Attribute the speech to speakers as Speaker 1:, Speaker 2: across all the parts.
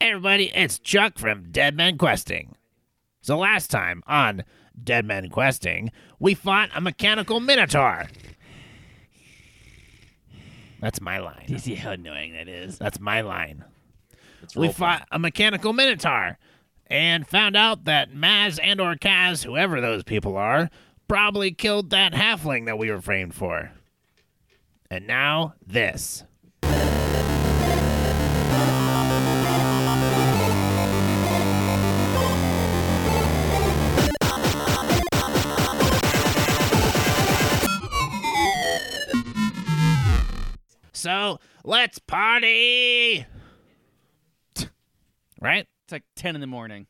Speaker 1: Hey everybody, it's Chuck from Dead Men Questing. So last time on Dead Men Questing, we fought a mechanical minotaur. That's my
Speaker 2: You
Speaker 1: line.
Speaker 2: see how annoying that is?
Speaker 1: That's my line.
Speaker 3: It's
Speaker 1: We
Speaker 3: real fun.
Speaker 1: fought a mechanical minotaur and found out that Maz and or Kaz, whoever those people are, probably killed that halfling that we were framed for. And now this. So let's party! Right?
Speaker 2: It's like 10 in the morning.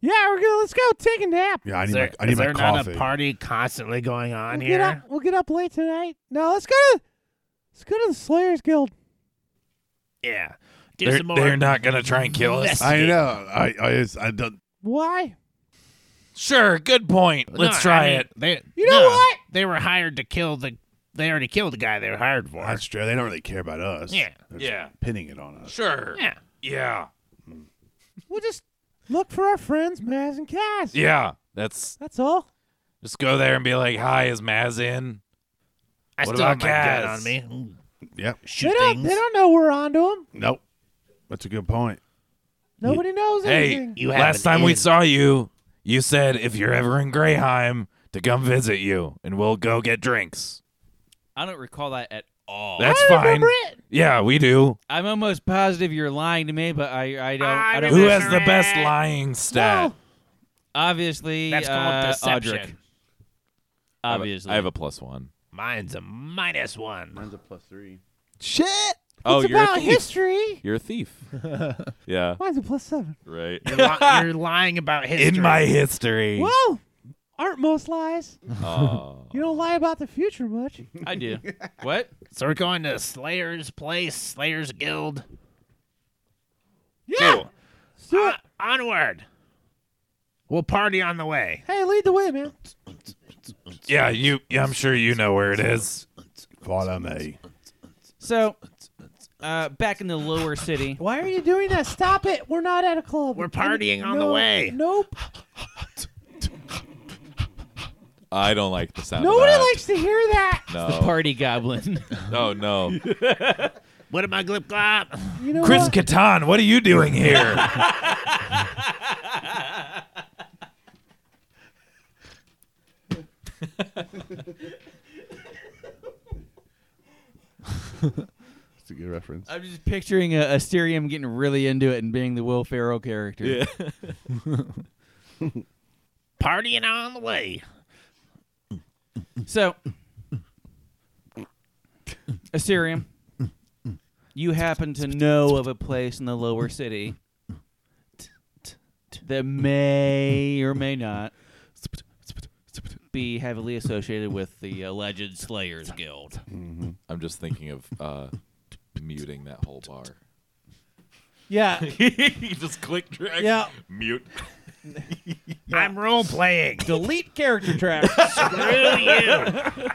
Speaker 4: Yeah, we're gonna let's go take a nap.
Speaker 5: Yeah, I
Speaker 1: Is
Speaker 5: need
Speaker 1: there,
Speaker 5: my, I need
Speaker 1: is
Speaker 5: my
Speaker 1: there not
Speaker 5: coffee.
Speaker 1: a party constantly going on
Speaker 4: we'll
Speaker 1: here?
Speaker 4: Get up, we'll get up late tonight. No, let's go to let's go to the Slayers Guild.
Speaker 1: Yeah. Do
Speaker 3: They're,
Speaker 1: some more.
Speaker 3: they're not gonna try and kill us.
Speaker 5: I know. I I, just, I don't.
Speaker 4: Why?
Speaker 3: Sure, good point.
Speaker 1: No,
Speaker 3: Let's
Speaker 1: I
Speaker 3: try
Speaker 1: mean,
Speaker 3: it.
Speaker 1: They,
Speaker 4: You know
Speaker 1: no,
Speaker 4: what?
Speaker 1: They were hired to kill the. They already killed the guy they were hired for.
Speaker 5: That's true. They don't really care about us.
Speaker 1: Yeah.
Speaker 5: They're just
Speaker 3: Yeah,
Speaker 5: Pinning it on us.
Speaker 3: sure.
Speaker 1: Yeah.
Speaker 3: Yeah,
Speaker 4: We'll just look for our friends Maz and Cass.
Speaker 3: yeah. That's
Speaker 4: That's all.
Speaker 3: just go there and be like, "Hi, is Maz in?"
Speaker 1: I
Speaker 3: What
Speaker 1: still have
Speaker 3: about
Speaker 1: my gun
Speaker 3: Kaz?
Speaker 1: on me. Mm,
Speaker 5: Yep.
Speaker 1: Shoot
Speaker 4: they don't
Speaker 1: things.
Speaker 4: they don't know we're onto them.
Speaker 5: Nope. That's a good point.
Speaker 4: Nobody knows
Speaker 3: Hey,
Speaker 4: anything.
Speaker 1: you have
Speaker 3: Last
Speaker 1: an
Speaker 3: time we
Speaker 1: in.
Speaker 3: saw you, you said if you're ever in Greyheim to come visit you, and we'll go get drinks.
Speaker 2: I don't recall that at all.
Speaker 3: That's
Speaker 4: I
Speaker 3: fine.
Speaker 4: remember it.
Speaker 3: Yeah, we do.
Speaker 2: I'm almost positive you're lying to me, but I, I don't.
Speaker 1: I
Speaker 2: I, don't
Speaker 3: Who
Speaker 1: remember
Speaker 3: has the best
Speaker 1: it.
Speaker 3: lying stat?
Speaker 4: No.
Speaker 2: Obviously,
Speaker 1: That's called
Speaker 2: uh,
Speaker 1: deception.
Speaker 2: Audric. Obviously,
Speaker 3: I have a plus one.
Speaker 1: Mine's a minus one.
Speaker 6: Mine's a plus three.
Speaker 3: Shit.
Speaker 1: Oh,
Speaker 4: It's about history.
Speaker 3: You're a thief. yeah,
Speaker 4: Mine's a plus seven.
Speaker 3: right.
Speaker 1: You're, li- you're lying about history.
Speaker 3: In my history. Oh,
Speaker 4: Whoa. Aren't most lies.
Speaker 3: Aw.
Speaker 4: You don't lie about the future much.
Speaker 2: I do. what?
Speaker 1: So we're going to Slayer's place, Slayer's guild.
Speaker 4: Yeah.
Speaker 1: Cool.
Speaker 4: Let's do it.
Speaker 1: On- onward. We'll party on the way.
Speaker 4: Hey, lead the way, man.
Speaker 3: Yeah, you. Yeah, I'm sure you know where it is.
Speaker 5: Follow me.
Speaker 2: So, uh, back in the lower city.
Speaker 4: Why are you doing that? Stop it. We're not at a club.
Speaker 1: We're partying on the
Speaker 4: No,
Speaker 1: way.
Speaker 4: Nope.
Speaker 3: I don't like the sound.
Speaker 4: Nobody likes to hear that.
Speaker 2: The
Speaker 3: Oh.
Speaker 2: party goblin.
Speaker 3: No, Oh, no.
Speaker 1: What am I glip glop?
Speaker 4: You know
Speaker 3: Chris
Speaker 4: what?
Speaker 3: Catan, what are you doing here?
Speaker 6: That's a good reference.
Speaker 2: I'm just picturing a Asterium getting really into it and being the Will Ferrell character.
Speaker 1: Partying on the way.
Speaker 2: So, Assyrium, you happen to know of a place in the lower city that may or may not be heavily associated with the alleged Slayers Guild.
Speaker 7: I'm just thinking of uh, muting that whole bar.
Speaker 4: Yeah.
Speaker 3: just click drag.
Speaker 4: Yeah.
Speaker 3: Mute.
Speaker 1: I'm role playing.
Speaker 4: Delete character track.
Speaker 1: Screw you.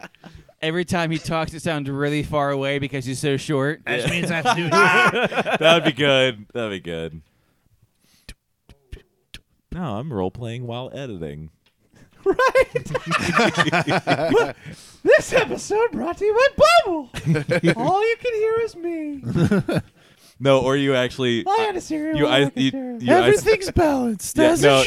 Speaker 2: Every time he talks, it sounds really far away because he's so short.
Speaker 1: That just means I have to do Ah,
Speaker 3: That'd be good. That'd be good. No, I'm role playing while editing.
Speaker 4: this episode brought to you by Bubble. All you can hear is me.
Speaker 7: No, or you actually
Speaker 4: I had a cereal.
Speaker 7: You-
Speaker 4: I,
Speaker 7: I-
Speaker 4: can
Speaker 7: you-
Speaker 4: share.
Speaker 7: you- I-
Speaker 4: Everything's balanced
Speaker 7: Yeah,
Speaker 4: as
Speaker 7: no.
Speaker 4: it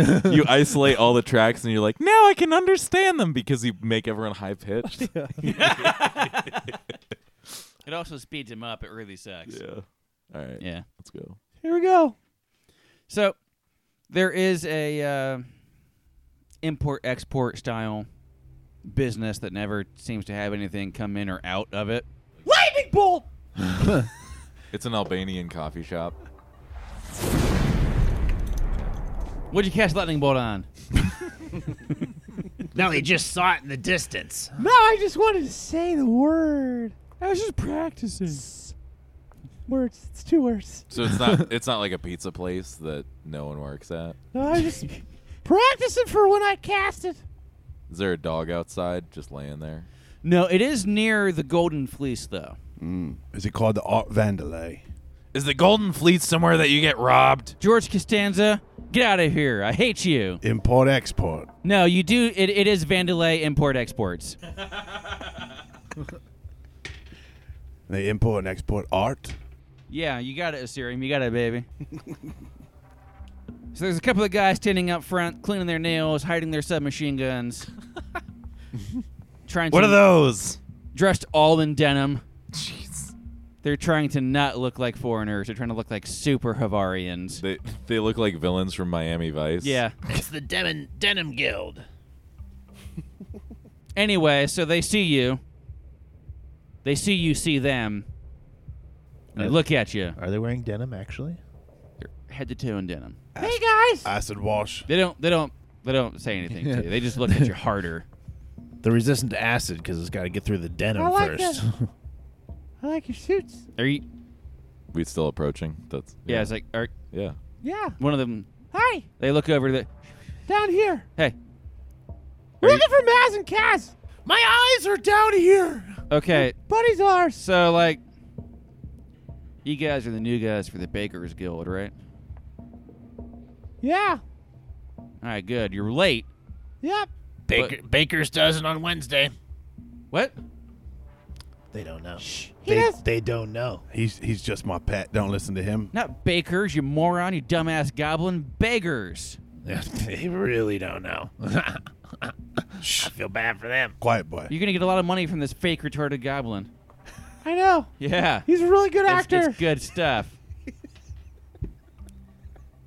Speaker 4: should be.
Speaker 7: you isolate all the tracks and you're like, now I can understand them because you make everyone high pitched.
Speaker 2: It also speeds him up. It really sucks.
Speaker 7: yeah. All right.
Speaker 2: yeah.
Speaker 7: Let's go.
Speaker 4: Here we go.
Speaker 2: So there is a uh, import export style business that never seems to have anything come in or out of it.
Speaker 4: Lightning bolt.
Speaker 7: It's an Albanian coffee shop.
Speaker 2: What'd you catch lightning bolt on?
Speaker 1: no, he just saw it in the distance.
Speaker 4: No, I just wanted to say the word. I was just practicing. Words. It's two words.
Speaker 7: So it's not it's not like a pizza place that no one works at.
Speaker 4: No, I was just practicing for when I cast it.
Speaker 7: Is there a dog outside just laying there?
Speaker 2: No, it is near the golden fleece though.
Speaker 5: Is it called the Art Vandalay?
Speaker 3: Is the Golden Fleet somewhere that you get robbed?
Speaker 2: George Costanza, get out of here. I hate you.
Speaker 5: Import export.
Speaker 2: No, you do. It, it is Vandalay Import Exports.
Speaker 5: They import and export art.
Speaker 2: Yeah, you got it, Assyrium. You got it, baby. so there's a couple of guys standing up front, cleaning their nails, hiding their submachine guns. trying
Speaker 3: What
Speaker 2: to
Speaker 3: are those?
Speaker 2: dressed all in denim. They're trying to not look like foreigners. They're trying to look like super Havarians.
Speaker 7: They they look like villains from Miami Vice.
Speaker 2: Yeah.
Speaker 1: It's the Denim, Denim Guild.
Speaker 2: Anyway, so they see you. They see you see them. And they look at you.
Speaker 1: Are they wearing denim actually?
Speaker 2: They're head to toe in denim.
Speaker 5: Acid wash.
Speaker 2: They don't. They don't. They don't say anything to you. They just look at you harder.
Speaker 1: They're resistant to acid because it's got to get through the denim
Speaker 4: I like
Speaker 1: first.
Speaker 4: I like your suits.
Speaker 2: Are you?
Speaker 7: We still approaching. That's
Speaker 2: Yeah. It's like. Are,
Speaker 7: yeah.
Speaker 4: Yeah.
Speaker 2: one of them.
Speaker 4: Hey,
Speaker 2: They look over to the.
Speaker 4: down here.
Speaker 2: Hey.
Speaker 4: We're looking for Maz and Cass.
Speaker 1: My eyes are down here.
Speaker 2: Okay.
Speaker 4: Buddies of ours.
Speaker 2: So like. You guys are the new guys for the Baker's Guild, right?
Speaker 4: Yeah.
Speaker 2: All right. Good. You're late.
Speaker 4: Yep.
Speaker 1: Baker, Baker's does it on Wednesday.
Speaker 2: What?
Speaker 1: They don't know. Shh.
Speaker 4: He
Speaker 1: They,
Speaker 4: does.
Speaker 1: they don't know.
Speaker 5: He's he's just my pet. Don't listen to him.
Speaker 2: Not Bakers, you moron, you dumbass goblin. Beggars.
Speaker 1: they really don't know. I feel bad for them.
Speaker 5: Quiet boy.
Speaker 2: You're gonna get a lot of money from this fake retarded goblin.
Speaker 4: I know.
Speaker 2: Yeah.
Speaker 4: He's a really good
Speaker 2: It's-
Speaker 4: actor.
Speaker 2: It's, good stuff.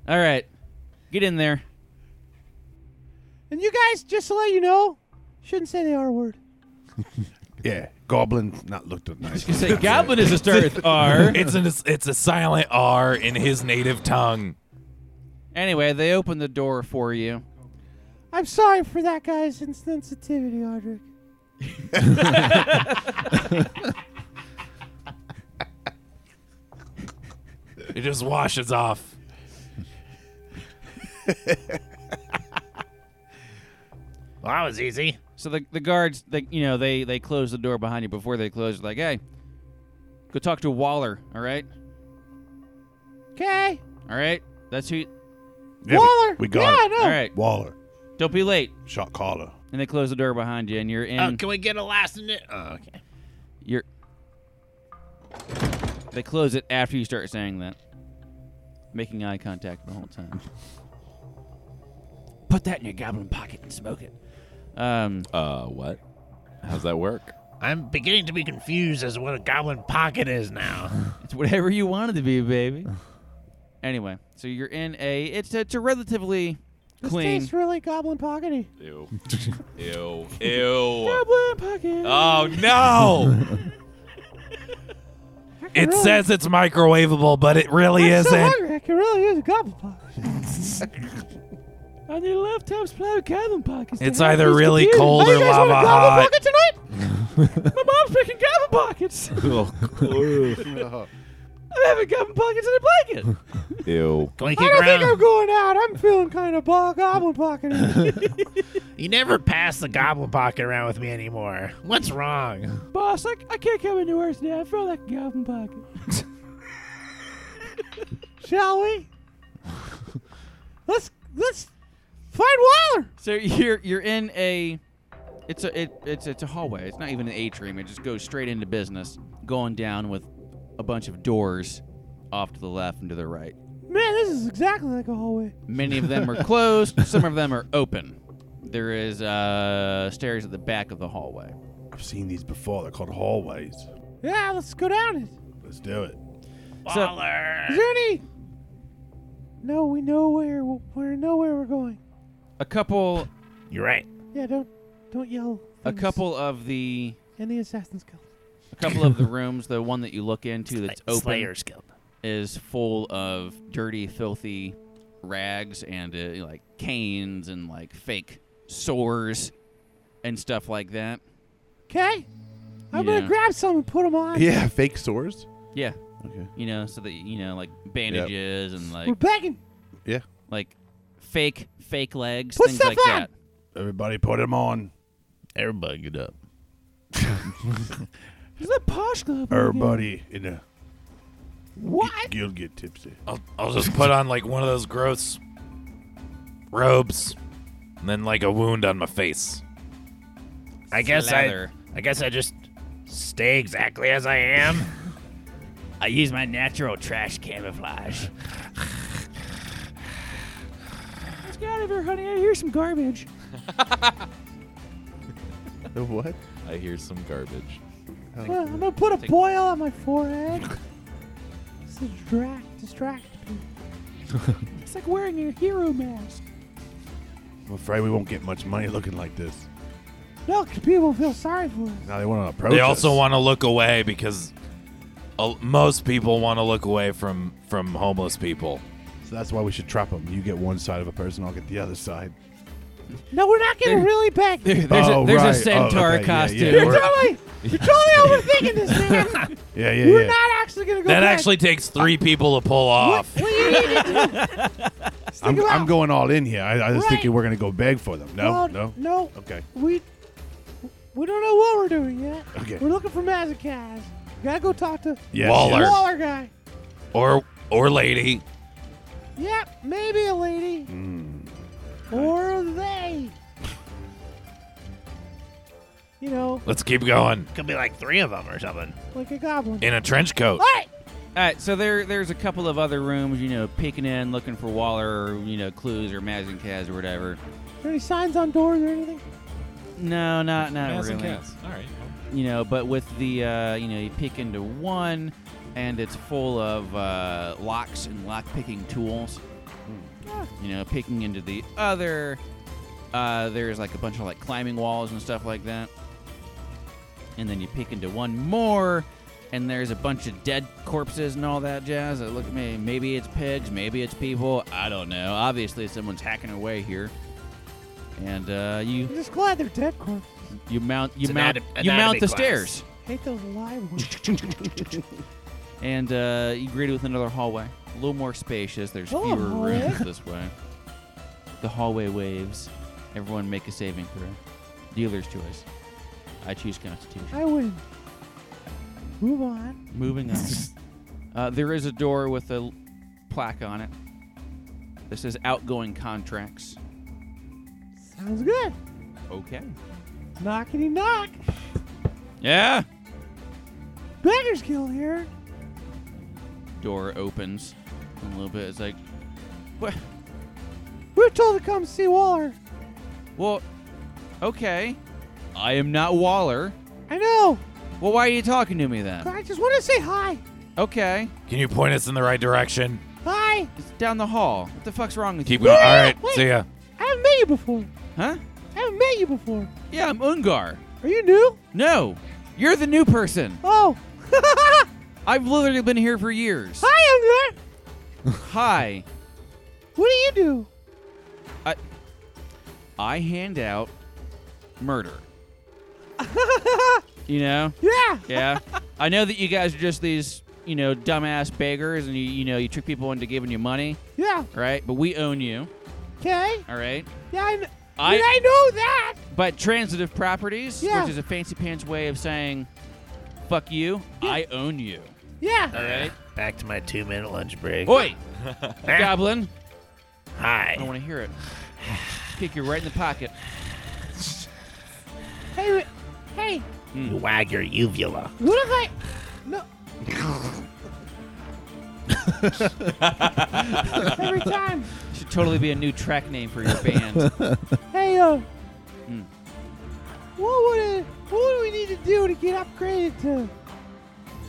Speaker 2: All right, get in there.
Speaker 4: And you guys, just to let you know, shouldn't say the R word.
Speaker 5: Yeah. Goblin not looked at nice.
Speaker 2: You say goblin is a start with R.
Speaker 3: It's an it's a silent R in his native tongue.
Speaker 2: Anyway, they open the door for you.
Speaker 4: I'm sorry for that guy's insensitivity, Audric.
Speaker 3: It just washes off.
Speaker 1: Well, that was easy.
Speaker 2: So the, the guards, they, you know, they they close the door behind you before they close. Like, hey, go talk to Waller. All right,
Speaker 4: Okay.
Speaker 2: all right. That's who.
Speaker 5: Yeah, we-
Speaker 4: Waller.
Speaker 5: We got
Speaker 4: yeah,
Speaker 5: it.
Speaker 4: I know.
Speaker 2: All right,
Speaker 5: Waller.
Speaker 2: don't be late.
Speaker 5: Shot caller.
Speaker 2: And they close the door behind you, and you're in.
Speaker 1: Oh, can we get a last minute? Oh, okay.
Speaker 2: You're. They close it after you start saying that. Making eye contact the whole time. Put that in your goblin pocket and smoke it. Um,
Speaker 7: Uh, what? How's that work?
Speaker 1: I'm beginning to be confused as to what a goblin pocket is now.
Speaker 2: it's whatever you want it to be, baby. Anyway, so you're in a. It's a, it's a relatively
Speaker 4: This
Speaker 2: clean.
Speaker 4: tastes really goblin pockety.
Speaker 7: Ew. Ew. Ew.
Speaker 4: Goblin pocket.
Speaker 7: Oh no!
Speaker 3: It says it's microwavable, but it really
Speaker 4: I'm so
Speaker 3: isn't.
Speaker 4: hungry. I can really use a goblin pocket. I need a laptop supply with goblin pockets.
Speaker 3: It's either really cold
Speaker 4: oh,
Speaker 3: or
Speaker 4: you guys want a
Speaker 3: lava
Speaker 4: goblin
Speaker 3: hot.
Speaker 4: pocket tonight? My mom's making goblin pockets. I'm having goblin pockets in a blanket.
Speaker 7: Ew.
Speaker 1: Can we
Speaker 4: I
Speaker 1: kick
Speaker 4: don't think I'm
Speaker 1: around?
Speaker 4: going out. I'm feeling kind of ball goblin pockety.
Speaker 1: You never pass the goblin pocket around with me anymore. What's wrong?
Speaker 4: Boss, I, I can't come any worse now. I feel like a goblin pocket. Shall we? Let's let's find Waller.
Speaker 2: So you're you're in a. It's a it, it's it's a hallway. It's not even an atrium. It just goes straight into business, going down with a bunch of doors off to the left and to the right.
Speaker 4: Man, this is exactly like a hallway.
Speaker 2: Many of them are closed. some of them are open. There is uh, stairs at the back of the hallway.
Speaker 5: I've seen these before. They're called hallways.
Speaker 4: Yeah, let's go down it.
Speaker 5: Let's do it.
Speaker 2: So-
Speaker 1: Waller.
Speaker 4: Is there any? No, we know where we're know where we're going.
Speaker 2: A couple,
Speaker 1: You're right.
Speaker 4: Yeah, don't don't yell.
Speaker 2: a
Speaker 4: things.
Speaker 2: couple of the,
Speaker 4: And the assassin's guild.
Speaker 2: a couple of the rooms. The one that you look into that's
Speaker 1: Like
Speaker 2: open
Speaker 1: Slayer's Guild.
Speaker 2: is full of dirty, filthy rags and uh, like canes and like fake sores and stuff like that.
Speaker 4: Okay. I'm
Speaker 2: Yeah.
Speaker 4: gonna grab some and put them on.
Speaker 6: Yeah, fake sores.
Speaker 2: Yeah,
Speaker 6: Okay.
Speaker 2: you know, so that you know, like bandages and
Speaker 4: We're
Speaker 2: like
Speaker 4: begging.
Speaker 2: like fake fake legs,
Speaker 4: Put
Speaker 2: things
Speaker 4: stuff
Speaker 2: like
Speaker 4: on!
Speaker 2: that.
Speaker 5: Everybody put him on.
Speaker 1: Everybody get up.
Speaker 4: Is that posh club?
Speaker 5: Everybody in the
Speaker 4: What?
Speaker 5: You'll get tipsy.
Speaker 3: I'll, I'll just put on like one of those gross robes and then like a wound on my face.
Speaker 1: I guess
Speaker 2: Slather.
Speaker 1: I, I guess I just stay exactly as I am. I use my natural trash camouflage.
Speaker 4: Let's get out of here, honey. I hear some garbage.
Speaker 6: The what?
Speaker 7: I hear some garbage.
Speaker 4: Well, I'm gonna put a boil on my forehead. It's a distract, distract me. it's like wearing a hero mask.
Speaker 5: I'm afraid we won't get much money looking like this.
Speaker 4: No, 'cause people feel sorry for us.
Speaker 5: Now they want to approach
Speaker 3: They also
Speaker 5: us.
Speaker 3: want to look away because uh, most people want to look away from from homeless people.
Speaker 5: So that's why we should trap them. You get one side of a person, I'll get the other side.
Speaker 4: No, we're not getting
Speaker 2: There-
Speaker 4: really back.
Speaker 2: There's,
Speaker 5: Oh,
Speaker 2: a, there's
Speaker 5: right.
Speaker 2: a centaur
Speaker 5: Oh, okay. Yeah,
Speaker 2: costume.
Speaker 5: yeah.
Speaker 4: You're
Speaker 5: we're-
Speaker 4: totally, you're totally overthinking this, man.
Speaker 5: Yeah, yeah,
Speaker 4: We're
Speaker 5: yeah.
Speaker 4: not actually gonna go.
Speaker 3: That
Speaker 4: back.
Speaker 3: actually takes three people to pull off.
Speaker 4: What do you need to do? Just
Speaker 5: I'm,
Speaker 4: think about-
Speaker 5: I'm going all in here. I, I was
Speaker 4: Right.
Speaker 5: thinking we're gonna go beg for them. No,
Speaker 4: Well,
Speaker 5: no.
Speaker 4: no.
Speaker 5: Okay.
Speaker 4: We we don't know what we're doing yet.
Speaker 5: Okay.
Speaker 4: We're looking for Mazakaz. We gotta go talk to
Speaker 5: Yeah.
Speaker 3: Waller.
Speaker 5: yeah.
Speaker 4: Waller guy.
Speaker 3: Or or lady.
Speaker 4: Yep, maybe a lady. Or they. You know,
Speaker 3: Let's keep going
Speaker 1: Could be like three of them or something.
Speaker 4: like a goblin.
Speaker 3: in a trench coat.
Speaker 4: All right.
Speaker 2: All right, so there, there's a couple of other rooms, you know, peeking in, looking for Waller, or, you know, clues or Mazinkaz or whatever.
Speaker 4: Are there any signs on doors or anything?
Speaker 2: No, not not
Speaker 7: Mass and
Speaker 2: really.
Speaker 7: cats. All right.
Speaker 2: You know, but with the, uh, you know, you peek into one, and it's full of uh, locks and lock picking tools.
Speaker 1: Hmm.
Speaker 2: You know, picking into the other. Uh, there's like a bunch of like climbing walls and stuff like that. And then you peek into one more, and there's a bunch of dead corpses and all that jazz. Uh, Look at me. Maybe it's pigs. Maybe it's people. I don't know. Obviously, someone's hacking away here. And uh, you
Speaker 4: I'm just glad they're dead corpses.
Speaker 2: you mount you
Speaker 1: It's an
Speaker 2: mount
Speaker 1: anat-
Speaker 2: you mount
Speaker 1: anatomy
Speaker 2: the
Speaker 1: class.
Speaker 2: stairs,
Speaker 4: Hate those alive ones.
Speaker 2: and uh, you greet it with another hallway. A little more spacious. There's
Speaker 4: Oh,
Speaker 2: fewer
Speaker 4: hallway.
Speaker 2: rooms this way. The hallway waves. Everyone make a saving throw. Dealer's choice. I choose Constitution.
Speaker 4: I win. Move on.
Speaker 2: Moving on. uh, there is a door with a l- plaque on it. This is outgoing contracts.
Speaker 4: Sounds good.
Speaker 2: Okay.
Speaker 4: Knockety knock.
Speaker 2: Yeah.
Speaker 4: Beggars kill here.
Speaker 2: Door opens a little bit. It's like, what?
Speaker 4: We were told to come see Waller.
Speaker 2: Well, okay. I am not Waller.
Speaker 4: I know.
Speaker 2: Well, why are you talking to me then?
Speaker 4: I just want to say hi.
Speaker 2: Okay.
Speaker 3: Can you point us in the right direction?
Speaker 4: Hi.
Speaker 2: It's down the hall. What the fuck's wrong with
Speaker 3: Keep
Speaker 2: you?
Speaker 3: going. All right.
Speaker 4: Wait.
Speaker 3: See ya.
Speaker 4: I haven't met you before.
Speaker 2: Huh?
Speaker 4: I haven't met you before.
Speaker 2: Yeah, I'm Ungar.
Speaker 4: Are you new?
Speaker 2: No. You're the new person.
Speaker 4: Oh.
Speaker 2: I've literally been here for years.
Speaker 4: Hi, Ungar.
Speaker 2: Hi.
Speaker 4: What do you do?
Speaker 2: I hand out murder. you know?
Speaker 4: Yeah.
Speaker 2: Yeah. I know that you guys are just these, you know, dumbass beggars and you you know, you trick people into giving you money,
Speaker 4: Yeah.
Speaker 2: right? But we own you,
Speaker 4: Okay.
Speaker 2: all right?
Speaker 4: Yeah, I, kn-
Speaker 2: I-
Speaker 4: Yeah, I know that.
Speaker 2: But transitive properties,
Speaker 4: Yeah.
Speaker 2: which is a fancy pants way of saying fuck you, I own you.
Speaker 4: Yeah.
Speaker 2: All right.
Speaker 1: Back to my two-minute lunch break.
Speaker 2: Oi, Eh?
Speaker 1: Ah,
Speaker 2: goblin. I don't
Speaker 1: Hi.
Speaker 2: want to hear it. Kick you right in the pocket.
Speaker 4: Hey, hey.
Speaker 1: You wag your uvula.
Speaker 4: What if I? No. Every time.
Speaker 2: Should totally be a new track name for your band.
Speaker 4: Hey, uh.
Speaker 2: Hmm.
Speaker 4: What would it, What would we need to do to get upgraded to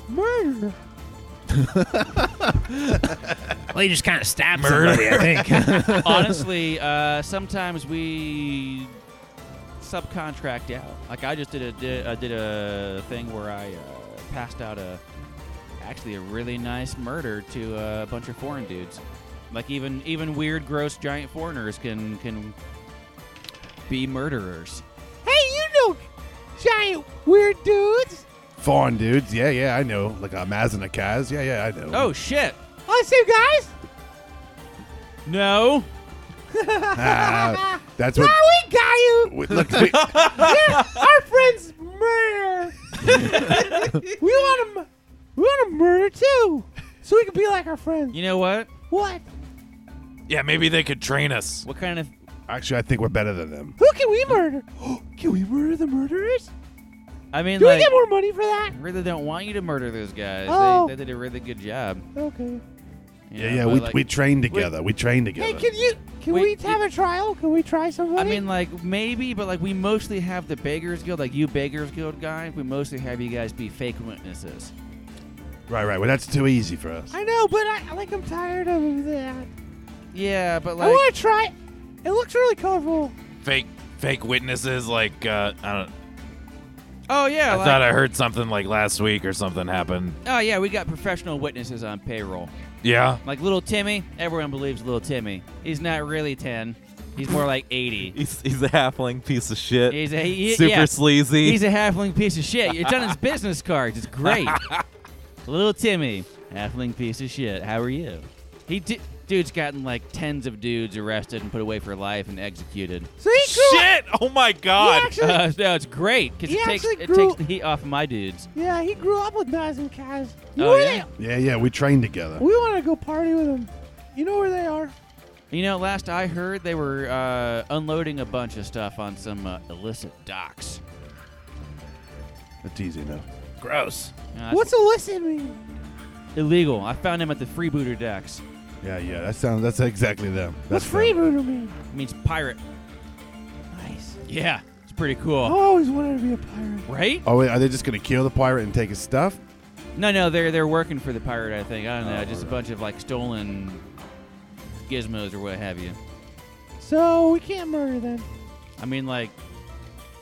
Speaker 4: murder?
Speaker 1: Well, you just kind of stab
Speaker 3: Murder.
Speaker 1: somebody, I think.
Speaker 2: Honestly, uh, sometimes we subcontract out. Like I just did a did, I did a thing where I uh, passed out a actually a really nice murder to uh, a bunch of foreign dudes. Like even even weird, gross, giant foreigners can can be murderers.
Speaker 4: Hey, you know, giant weird dudes.
Speaker 5: Fawn dudes. Yeah, yeah, I know. Like a Maz and a Kaz. Yeah, yeah, I know.
Speaker 2: Oh shit!
Speaker 4: Oh, see you guys.
Speaker 2: No.
Speaker 5: Ah, that's
Speaker 4: Now
Speaker 5: what.
Speaker 4: we got you.
Speaker 5: we- look, we-
Speaker 4: Yeah, our friends murder. we want to, we want to murder too. so we can be like our friends.
Speaker 2: You know what?
Speaker 4: What?
Speaker 3: Yeah, maybe they could train us.
Speaker 2: What kind of
Speaker 5: Actually, I think we're better than them.
Speaker 4: Who can we murder? can we murder the murderers?
Speaker 2: I mean,
Speaker 4: Do
Speaker 2: like,
Speaker 4: we get more money for that?
Speaker 2: I really don't want you to murder those guys.
Speaker 4: Oh.
Speaker 2: They, they did a really good job.
Speaker 4: Okay.
Speaker 2: you
Speaker 5: Yeah,
Speaker 2: know,
Speaker 5: yeah,
Speaker 2: but,
Speaker 5: we,
Speaker 2: like,
Speaker 5: we trained together. We trained together.
Speaker 4: Hey, can you? Can
Speaker 2: Wait,
Speaker 4: we have a trial? Can we try
Speaker 2: I
Speaker 4: somebody?
Speaker 2: mean, like maybe, but like we mostly have the beggars guild, like you beggars guild guy. We mostly have you guys be fake witnesses.
Speaker 5: right, right. Well, that's too easy for us.
Speaker 4: I know, but I like I'm tired of that.
Speaker 2: Yeah, but
Speaker 4: I
Speaker 2: like
Speaker 4: want to try. it. It looks really colorful.
Speaker 3: Fake fake witnesses like uh I don't
Speaker 2: oh yeah,
Speaker 3: I
Speaker 2: like,
Speaker 3: thought I heard something like last week or something happened.
Speaker 2: oh yeah, we got professional witnesses on payroll.
Speaker 3: Yeah.
Speaker 2: Like little Timmy, everyone believes little Timmy. He's not really ten. He's more like eighty.
Speaker 7: He's, he's a halfling piece of shit.
Speaker 2: He's a he,
Speaker 7: Super
Speaker 2: yeah,
Speaker 7: sleazy.
Speaker 2: He's a halfling piece of shit. It's on his business cards. It's great. Little Timmy, halfling piece of shit. How are you? He di- dude's gotten like tens of dudes arrested and put away for life and executed.
Speaker 4: So he grew.
Speaker 7: shit! Oh my god!
Speaker 4: He actually,
Speaker 2: Uh, no, it's great because
Speaker 4: He
Speaker 2: it takes
Speaker 4: actually
Speaker 2: it
Speaker 4: grew-
Speaker 2: takes the heat off my dudes.
Speaker 4: yeah, he grew up with Nas and Kaz. You know
Speaker 2: Oh,
Speaker 4: where
Speaker 2: yeah?
Speaker 5: Yeah, yeah, we trained together.
Speaker 4: they? We want to go party with them. You know where they are?
Speaker 2: You know, last I heard, they were uh, unloading a bunch of stuff on some uh, illicit docks.
Speaker 5: That's easy enough.
Speaker 1: Gross.
Speaker 2: Uh, that's
Speaker 4: What's illicit mean?
Speaker 2: illegal? I found him at the freebooter docks.
Speaker 5: Yeah, yeah, that sounds. That's exactly them.
Speaker 4: What's
Speaker 5: That's
Speaker 4: freebooter mean?
Speaker 2: It means pirate.
Speaker 4: Nice.
Speaker 2: Yeah, it's pretty
Speaker 4: Oh, I
Speaker 2: cool,
Speaker 4: always wanted to be a pirate.
Speaker 2: right?
Speaker 5: Oh, wait, are they just gonna kill the pirate and take his stuff?
Speaker 2: No, no, they're they're working for the pirate. I think I don't know,
Speaker 3: Oh.
Speaker 2: just a bunch of like stolen gizmos or what have you.
Speaker 4: So we can't murder them.
Speaker 2: I mean, like,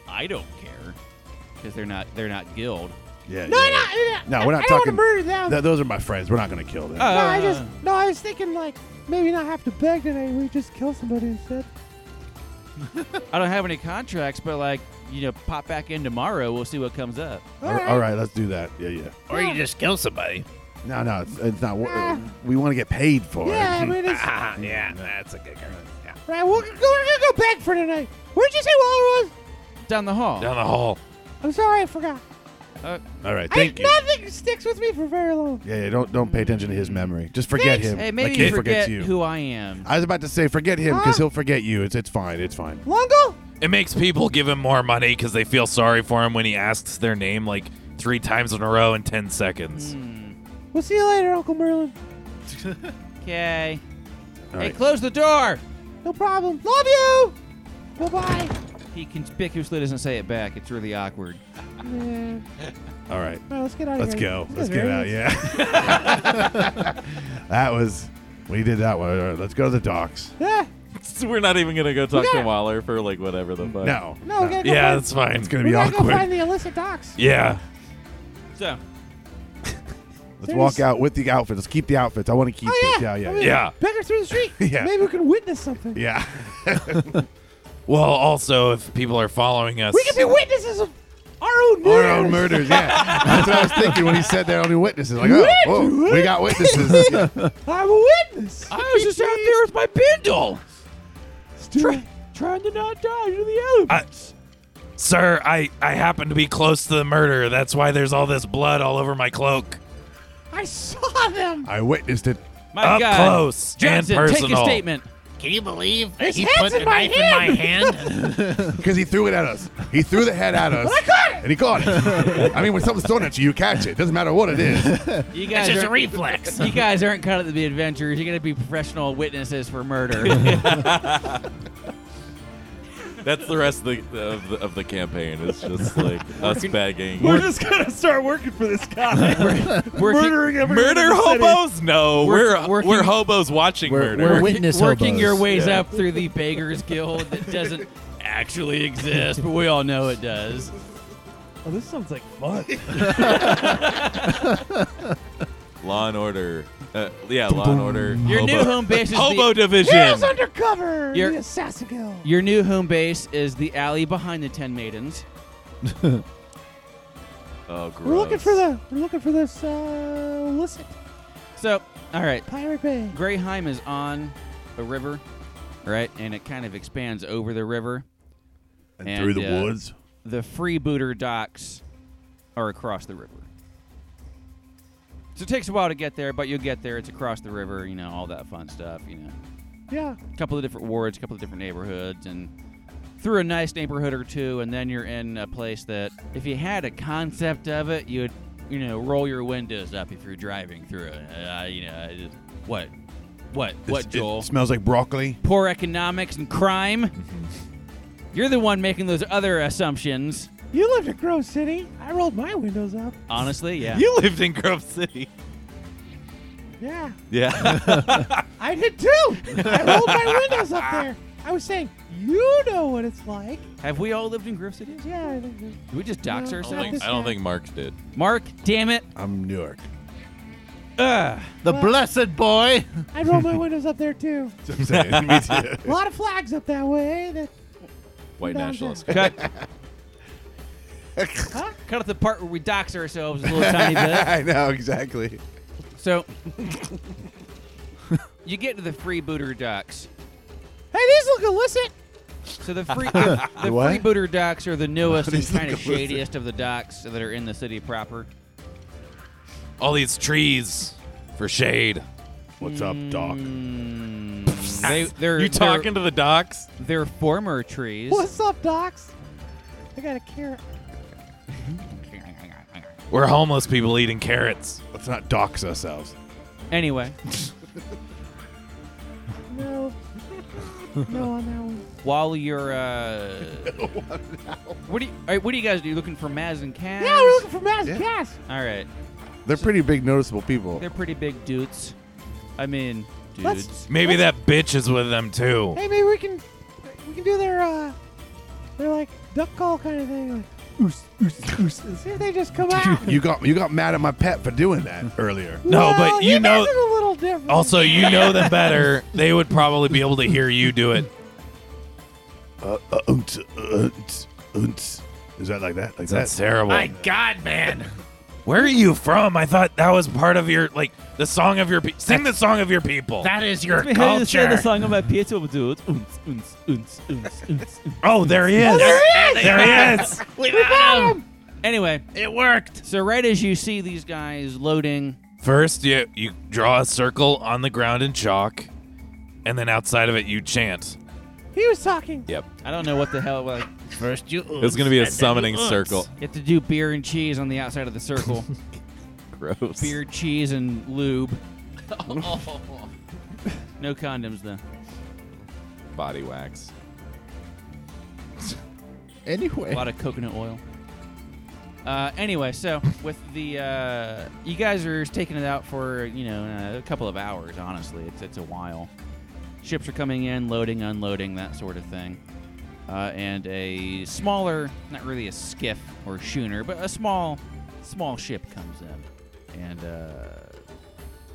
Speaker 2: I don't care because they're not they're not guild.
Speaker 5: Yeah.
Speaker 4: No,
Speaker 5: yeah,
Speaker 4: no,
Speaker 5: yeah.
Speaker 4: no.
Speaker 5: No, we're
Speaker 4: I don't
Speaker 5: not
Speaker 4: want to
Speaker 5: talking-
Speaker 4: murder them.
Speaker 5: Th- those are my friends. We're not gonna kill them.
Speaker 2: Oh.
Speaker 4: no, I
Speaker 2: Uh,
Speaker 4: just no. I was thinking like maybe not have to beg tonight. We just kill somebody instead.
Speaker 2: I don't have any contracts, but like, you know, pop back in tomorrow. We'll see what comes up.
Speaker 5: all, right. all right, let's do that. Yeah, yeah.
Speaker 1: Or you just kill somebody.
Speaker 5: No, no, it's, it's not. wor-
Speaker 4: Ah.
Speaker 5: We want to get paid for
Speaker 4: Yeah, I
Speaker 5: it.
Speaker 4: mean it's
Speaker 1: Ah, yeah, that's a good girl. Yeah.
Speaker 4: right. We're, gonna go- we're gonna go back for tonight. Where'd you say Waller was?
Speaker 2: Down the hall.
Speaker 3: Down the hall.
Speaker 4: I'm sorry, I forgot.
Speaker 5: All right,
Speaker 4: I-
Speaker 5: thank you.
Speaker 4: Nothing sticks with me for very long.
Speaker 5: Yeah, yeah, don't don't pay attention to his memory. Just forget
Speaker 4: Thanks.
Speaker 5: him.
Speaker 2: Hey, maybe
Speaker 5: like
Speaker 2: you
Speaker 5: he
Speaker 2: forget
Speaker 5: forgets you.
Speaker 2: who I am.
Speaker 5: I was about to say forget him because
Speaker 4: Huh?
Speaker 5: he'll forget you. It's it's fine. It's fine.
Speaker 4: Longo,
Speaker 3: It makes people give him more money because they feel sorry for him when he asks their name like three times in a row in 10 seconds.
Speaker 7: Hmm.
Speaker 4: we'll see you later, Uncle Merlin.
Speaker 2: Okay.
Speaker 5: All
Speaker 2: hey,
Speaker 5: right.
Speaker 2: close the door.
Speaker 4: No problem. Love you. Bye bye.
Speaker 2: He conspicuously doesn't say it back. It's really awkward.
Speaker 4: Yeah.
Speaker 5: All right.
Speaker 4: All right, let's get out of
Speaker 5: Let's
Speaker 4: here.
Speaker 5: go.
Speaker 4: This
Speaker 5: Let's
Speaker 4: is
Speaker 5: get
Speaker 4: very
Speaker 5: out.
Speaker 4: nice.
Speaker 5: Yeah. that was. We did that one. All right, let's go to the docks.
Speaker 4: Yeah.
Speaker 7: We're not even gonna go talk
Speaker 4: We
Speaker 7: to
Speaker 4: gotta-
Speaker 7: Waller for like whatever the fuck.
Speaker 5: No.
Speaker 4: No, we gotta go.
Speaker 3: Yeah,
Speaker 4: find,
Speaker 3: that's fine.
Speaker 5: It's gonna
Speaker 4: we
Speaker 5: be
Speaker 4: gotta go find
Speaker 5: awkward.
Speaker 4: the illicit docs.
Speaker 3: Yeah.
Speaker 2: So,
Speaker 5: Let's walk out with the outfits. Let's keep the outfits. I want to keep
Speaker 4: Oh
Speaker 5: this.
Speaker 4: yeah.
Speaker 5: Yeah, yeah,
Speaker 4: I mean,
Speaker 5: yeah.
Speaker 3: Yeah.
Speaker 4: Beg her through the street.
Speaker 5: Yeah.
Speaker 4: Maybe we can witness something.
Speaker 5: Yeah.
Speaker 3: Well, also, if people are following us,
Speaker 4: We can be witnesses of our own
Speaker 5: Our
Speaker 4: murders.
Speaker 5: own murders. Yeah. That's what I was thinking when he said they're only witnesses. Like, oh, whoa, we got witnesses. Yeah.
Speaker 4: I'm a witness.
Speaker 2: I was just out there with my bindle.
Speaker 4: Try, trying to not die to the elements.
Speaker 3: I- sir, I, I happen to be close to the murder. That's why there's all this blood all over my cloak.
Speaker 4: I saw them.
Speaker 5: I witnessed it.
Speaker 2: My
Speaker 3: Up
Speaker 2: God.
Speaker 3: close
Speaker 2: Johnson,
Speaker 3: and
Speaker 2: take
Speaker 3: personal.
Speaker 2: a statement.
Speaker 1: Can you believe that
Speaker 4: His
Speaker 1: he
Speaker 4: head's
Speaker 1: put
Speaker 4: in
Speaker 1: a
Speaker 4: my
Speaker 1: knife in my hand?
Speaker 5: Because he threw it at us. He threw the head at us.
Speaker 4: I caught it.
Speaker 5: And he caught it. I mean, when something's thrown at you, you catch it. Doesn't matter what it is.
Speaker 2: You
Speaker 1: it's
Speaker 2: guys
Speaker 1: just a
Speaker 2: are-
Speaker 1: reflex.
Speaker 2: you guys aren't cut out to be adventurers. You're gonna be professional witnesses for murder.
Speaker 7: That's the rest of the, of the of the campaign. It's just like us begging.
Speaker 8: We're just gonna start working for this guy.
Speaker 2: Working-
Speaker 8: Murdering everyone.
Speaker 7: murder
Speaker 8: in the city.
Speaker 7: hobos? No,
Speaker 2: We're-
Speaker 7: we're
Speaker 2: we're-
Speaker 7: we're, hobos watching murder.
Speaker 9: witness
Speaker 2: working
Speaker 9: hobos.
Speaker 2: your ways up through the beggars guild that doesn't actually exist, but we all know it does.
Speaker 8: Oh, this sounds like fun.
Speaker 7: Law and Order. Uh, yeah, Law and Order.
Speaker 2: Your
Speaker 7: hobo.
Speaker 2: new home base is
Speaker 7: hobo
Speaker 2: the,
Speaker 7: division.
Speaker 4: Heroes undercover.
Speaker 2: You're-
Speaker 4: the assassin guild.
Speaker 2: your new home base is the alley behind the Ten Maidens.
Speaker 7: Oh, gross.
Speaker 4: We're looking for the. We're looking for this uh, illicit
Speaker 2: So, all right,
Speaker 4: pirate bay.
Speaker 2: Greyheim is on a river, right? And it kind of expands over the river.
Speaker 5: And,
Speaker 2: And,
Speaker 5: through the
Speaker 2: uh,
Speaker 5: woods.
Speaker 2: The freebooter docks are across the river. So it takes a while to get there, but you'll get there. It's across the river, you know, all that fun stuff, you know.
Speaker 4: Yeah.
Speaker 2: A couple of different wards, a couple of different neighborhoods, and through a nice neighborhood or two, and then you're in a place that, if you had a concept of it, you would, you know, roll your windows up if you're driving through it. Uh, you know, I just- what? What? what, Joel?
Speaker 5: smells like broccoli.
Speaker 2: Poor economics and crime? You're the one making those other assumptions.
Speaker 4: You lived in Grove City. I rolled my windows up.
Speaker 2: Honestly, yeah.
Speaker 7: You lived in Grove City.
Speaker 4: Yeah.
Speaker 7: Yeah.
Speaker 4: I did too. I rolled my windows up there. I was saying, you know what it's like.
Speaker 2: Have we all lived in Grove Cities?
Speaker 4: Yeah. I think that-
Speaker 2: Did we just dox
Speaker 4: No.
Speaker 7: I don't
Speaker 4: Not
Speaker 7: think,
Speaker 2: ourselves?
Speaker 4: this
Speaker 7: I don't
Speaker 4: guy.
Speaker 7: think Mark did.
Speaker 2: Mark, damn it.
Speaker 5: I'm New York.
Speaker 2: Ugh.
Speaker 1: The blessed boy.
Speaker 4: I rolled my windows up there too.
Speaker 5: That's what I'm saying. Me
Speaker 4: A
Speaker 5: too.
Speaker 4: lot of flags up that way. That,
Speaker 7: White
Speaker 4: Down
Speaker 7: nationalist.
Speaker 2: Cut.
Speaker 4: huh?
Speaker 2: Cut out the part where we dox ourselves a little tiny bit.
Speaker 5: I know exactly.
Speaker 2: So, you get to the freebooter docks.
Speaker 4: Hey, these look illicit.
Speaker 2: So the free the
Speaker 5: What?
Speaker 2: freebooter docks are the newest and
Speaker 5: These look
Speaker 2: kind of
Speaker 5: illicit.
Speaker 2: shadiest of the docks that are in the city proper.
Speaker 3: All these trees for shade.
Speaker 5: What's up, Doc?
Speaker 2: Mm, they, they're, they're-
Speaker 7: You talking to the docs?
Speaker 2: They're, former trees.
Speaker 4: What's up, docs? I got a carrot.
Speaker 3: We're homeless people eating carrots.
Speaker 5: Let's not dox ourselves.
Speaker 2: Anyway,
Speaker 4: No. no on that one.
Speaker 2: while you're uh, what do you all right, what do you guys do? You looking for Maz and Cass?
Speaker 4: Yeah, we're looking for Mass
Speaker 5: Yeah.
Speaker 4: Cass.
Speaker 2: all right,
Speaker 5: They're pretty big, noticeable people.
Speaker 2: they're pretty big dudes. I mean,
Speaker 4: Let's-
Speaker 2: dudes.
Speaker 3: Maybe that bitch is with them too.
Speaker 4: Hey, maybe we can we can do their uh their like duck call kind of thing. Like, oos, oos, oos. and See if they just come out.
Speaker 5: You got you got mad at my pet for doing that earlier.
Speaker 3: No,
Speaker 4: Well,
Speaker 3: but you
Speaker 4: guys
Speaker 3: know-
Speaker 4: are a little different.
Speaker 3: Also, you know them better. They would probably be able to hear you do it.
Speaker 5: Uh, uh, unt, uh, unt, unt. Is that like that? Like
Speaker 3: That's
Speaker 5: that?
Speaker 3: terrible.
Speaker 1: My God, man.
Speaker 3: Where are you from? I thought that was part of your like the song of your pe- sing the song of your people.
Speaker 1: That is your
Speaker 8: Hey, just say the
Speaker 1: culture.
Speaker 8: song of my pizza will do it. Oons, oons, oons, oons, oons.
Speaker 3: oh, there he is.
Speaker 1: There
Speaker 3: There he is.
Speaker 1: We got him.
Speaker 2: Anyway,
Speaker 1: It worked.
Speaker 2: so right as you see these guys loading,
Speaker 3: First, you you draw a circle on the ground in chalk, and then outside of it you chant.
Speaker 4: he was talking.
Speaker 7: Yep.
Speaker 2: I don't know what the hell. Like,
Speaker 1: First you.
Speaker 7: It's going to be a summoning circle.
Speaker 2: you have to do beer and cheese on the outside of the circle.
Speaker 7: Gross.
Speaker 2: beer, cheese, and lube. No condoms though.
Speaker 7: Body wax.
Speaker 5: Anyway,
Speaker 2: A lot of coconut oil. Uh, anyway, so with the uh, you guys are taking it out for you know uh, a couple of hours. Honestly, it's it's a while. Ships are coming in, loading, unloading, that sort of thing. Uh, and a smaller, not really a skiff or schooner, but a small, small ship comes in, and uh,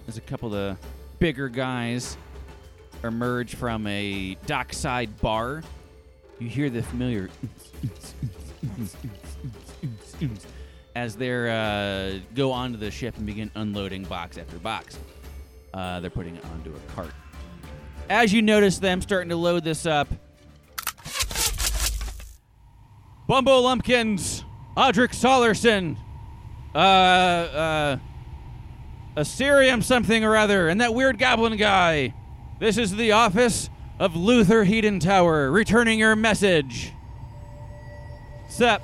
Speaker 2: there's a couple of bigger guys emerge from a dockside bar. You hear the familiar as they uh, go onto the ship and begin unloading box after box. Uh, they're putting it onto a cart. As you notice them starting to load this up, Bumbo Lumpkins, Audric Solerson, uh, uh, Assyrium something or other, and that weird goblin guy. This is the office of Luther Heaton Tower, returning your message. Sup?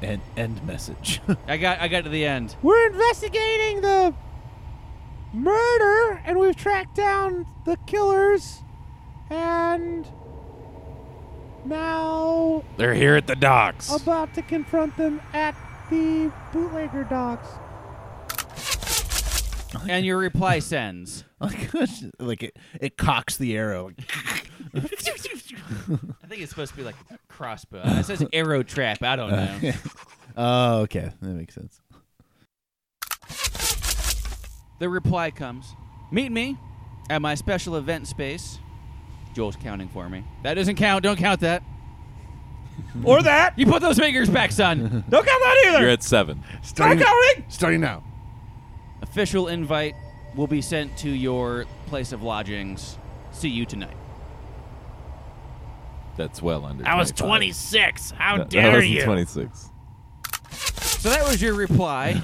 Speaker 6: End, end message.
Speaker 2: I got I got to the end.
Speaker 4: We're investigating the murder, and we've tracked down the killers, and now
Speaker 3: They're here at the docks.
Speaker 2: Oh,
Speaker 4: about to confront them at the bootlegger docks.
Speaker 2: And your reply sends.
Speaker 1: like it, it cocks the arrow.
Speaker 2: I think it's supposed to be like crossbow. It says arrow trap. I don't know.
Speaker 6: oh, okay. That makes sense.
Speaker 2: The reply comes Meet me at my special event space. Joel's counting for me. That doesn't count. Don't count that.
Speaker 8: or that.
Speaker 2: You put those fingers back, son.
Speaker 8: Don't count that either.
Speaker 7: You're at seven.
Speaker 5: starting,
Speaker 8: counting.
Speaker 5: starting now.
Speaker 2: Official invite will be sent to your place of lodgings. See you tonight.
Speaker 7: That's well under.
Speaker 1: I was
Speaker 7: 25.
Speaker 1: 26. How
Speaker 7: That-
Speaker 1: dare
Speaker 7: that wasn't
Speaker 1: you?
Speaker 7: 26.
Speaker 2: So that was your reply.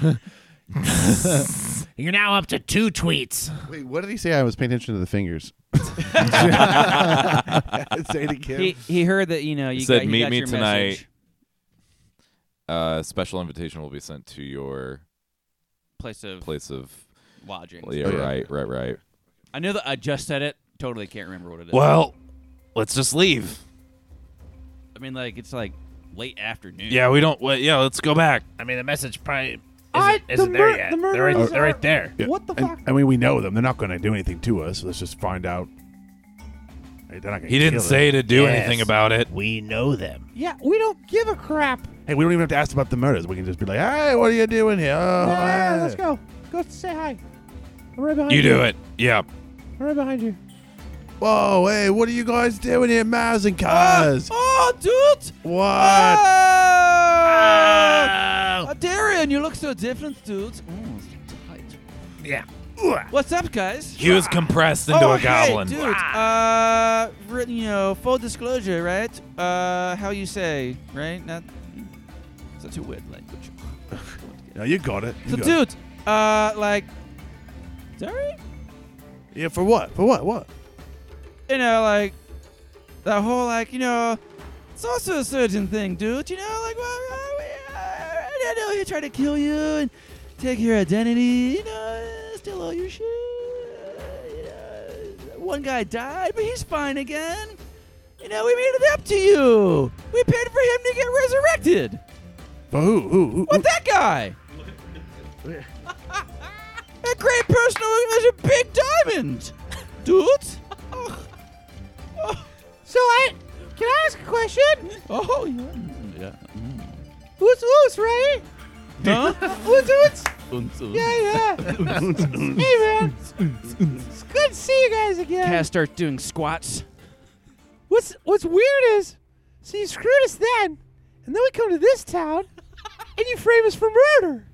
Speaker 1: You're now up to two tweets.
Speaker 5: Wait, what did he say? I was paying attention to the fingers. say it again.
Speaker 2: He, he heard that you know you
Speaker 7: said,
Speaker 2: got, he
Speaker 7: "Meet
Speaker 2: got
Speaker 7: me
Speaker 2: your
Speaker 7: tonight."
Speaker 2: message.
Speaker 7: Uh, special invitation will be sent to your
Speaker 2: Place of
Speaker 7: place of.
Speaker 2: lodging.
Speaker 7: Yeah,
Speaker 5: Oh, yeah.
Speaker 7: right, right, right.
Speaker 2: I know that I just said it. Totally can't remember what it is.
Speaker 3: Well, let's just leave.
Speaker 2: I mean, like it's like late afternoon.
Speaker 3: Yeah, we don't. Wait, yeah, let's go back.
Speaker 1: I mean, the message probably isn't,
Speaker 4: I- the
Speaker 1: isn't there
Speaker 4: mur-
Speaker 1: yet.
Speaker 4: the
Speaker 1: they're, right,
Speaker 4: murderers
Speaker 1: they're
Speaker 4: are-
Speaker 1: right there.
Speaker 5: Yeah,
Speaker 4: What the
Speaker 5: and-
Speaker 4: fuck?
Speaker 5: I mean, we know them. They're not going to do anything to us. Let's just find out. Hey, they're not gonna
Speaker 3: He didn't
Speaker 5: kill us.
Speaker 3: say to do
Speaker 1: Yes.
Speaker 3: anything about it.
Speaker 1: We know them.
Speaker 4: Yeah, we don't give a crap.
Speaker 5: Hey, we don't even have to ask about the murders. We can just be like, "Hey, what are you doing here?" Oh,
Speaker 4: Yeah,
Speaker 5: hey."
Speaker 4: let's go. Go say hi. I'm right behind you.
Speaker 3: You do it. Yeah.
Speaker 4: I'm right behind you.
Speaker 5: Whoa, hey, what are you guys doing here, Maz and
Speaker 2: Ah,
Speaker 5: Kaz?
Speaker 2: Oh, dude!
Speaker 5: what?
Speaker 7: Uh,
Speaker 1: Oh!
Speaker 2: Ah, Darian, you look so different, dude. Mm, so tight.
Speaker 1: Yeah.
Speaker 2: What's up, guys?
Speaker 3: He was compressed into
Speaker 2: oh,
Speaker 3: a goblin.
Speaker 2: Hey, dude, uh, re- you know, full disclosure, right? Uh, how you say, right? Not, it's not too weird language.
Speaker 5: no, you got it. You
Speaker 2: So,
Speaker 5: got it.
Speaker 2: dude, uh, like, sorry,
Speaker 5: Yeah, for what? For what? What?
Speaker 2: you know, like, that whole like, you know, it's also a surgeon thing, dude. You know, like, well, uh, we, uh, I know he tried to kill you and take your identity, you know, steal all your shit. you know. One guy died, but he's fine again. You know, we made it up to you. We paid for him to get resurrected.
Speaker 5: For who? Who? who,
Speaker 2: What that guy? that great personal is a big diamond, dude. Oh,
Speaker 4: So I can I ask a question?
Speaker 2: oh yeah.
Speaker 4: Who's loose, right?
Speaker 2: yeah.
Speaker 4: Who's loose?
Speaker 2: Huh?
Speaker 4: Yeah, yeah. hey man, it's good to see you guys again.
Speaker 2: Cass starts doing squats.
Speaker 4: What's What's weird is, so you screwed us then, and then we come to this town, and you frame us for murder.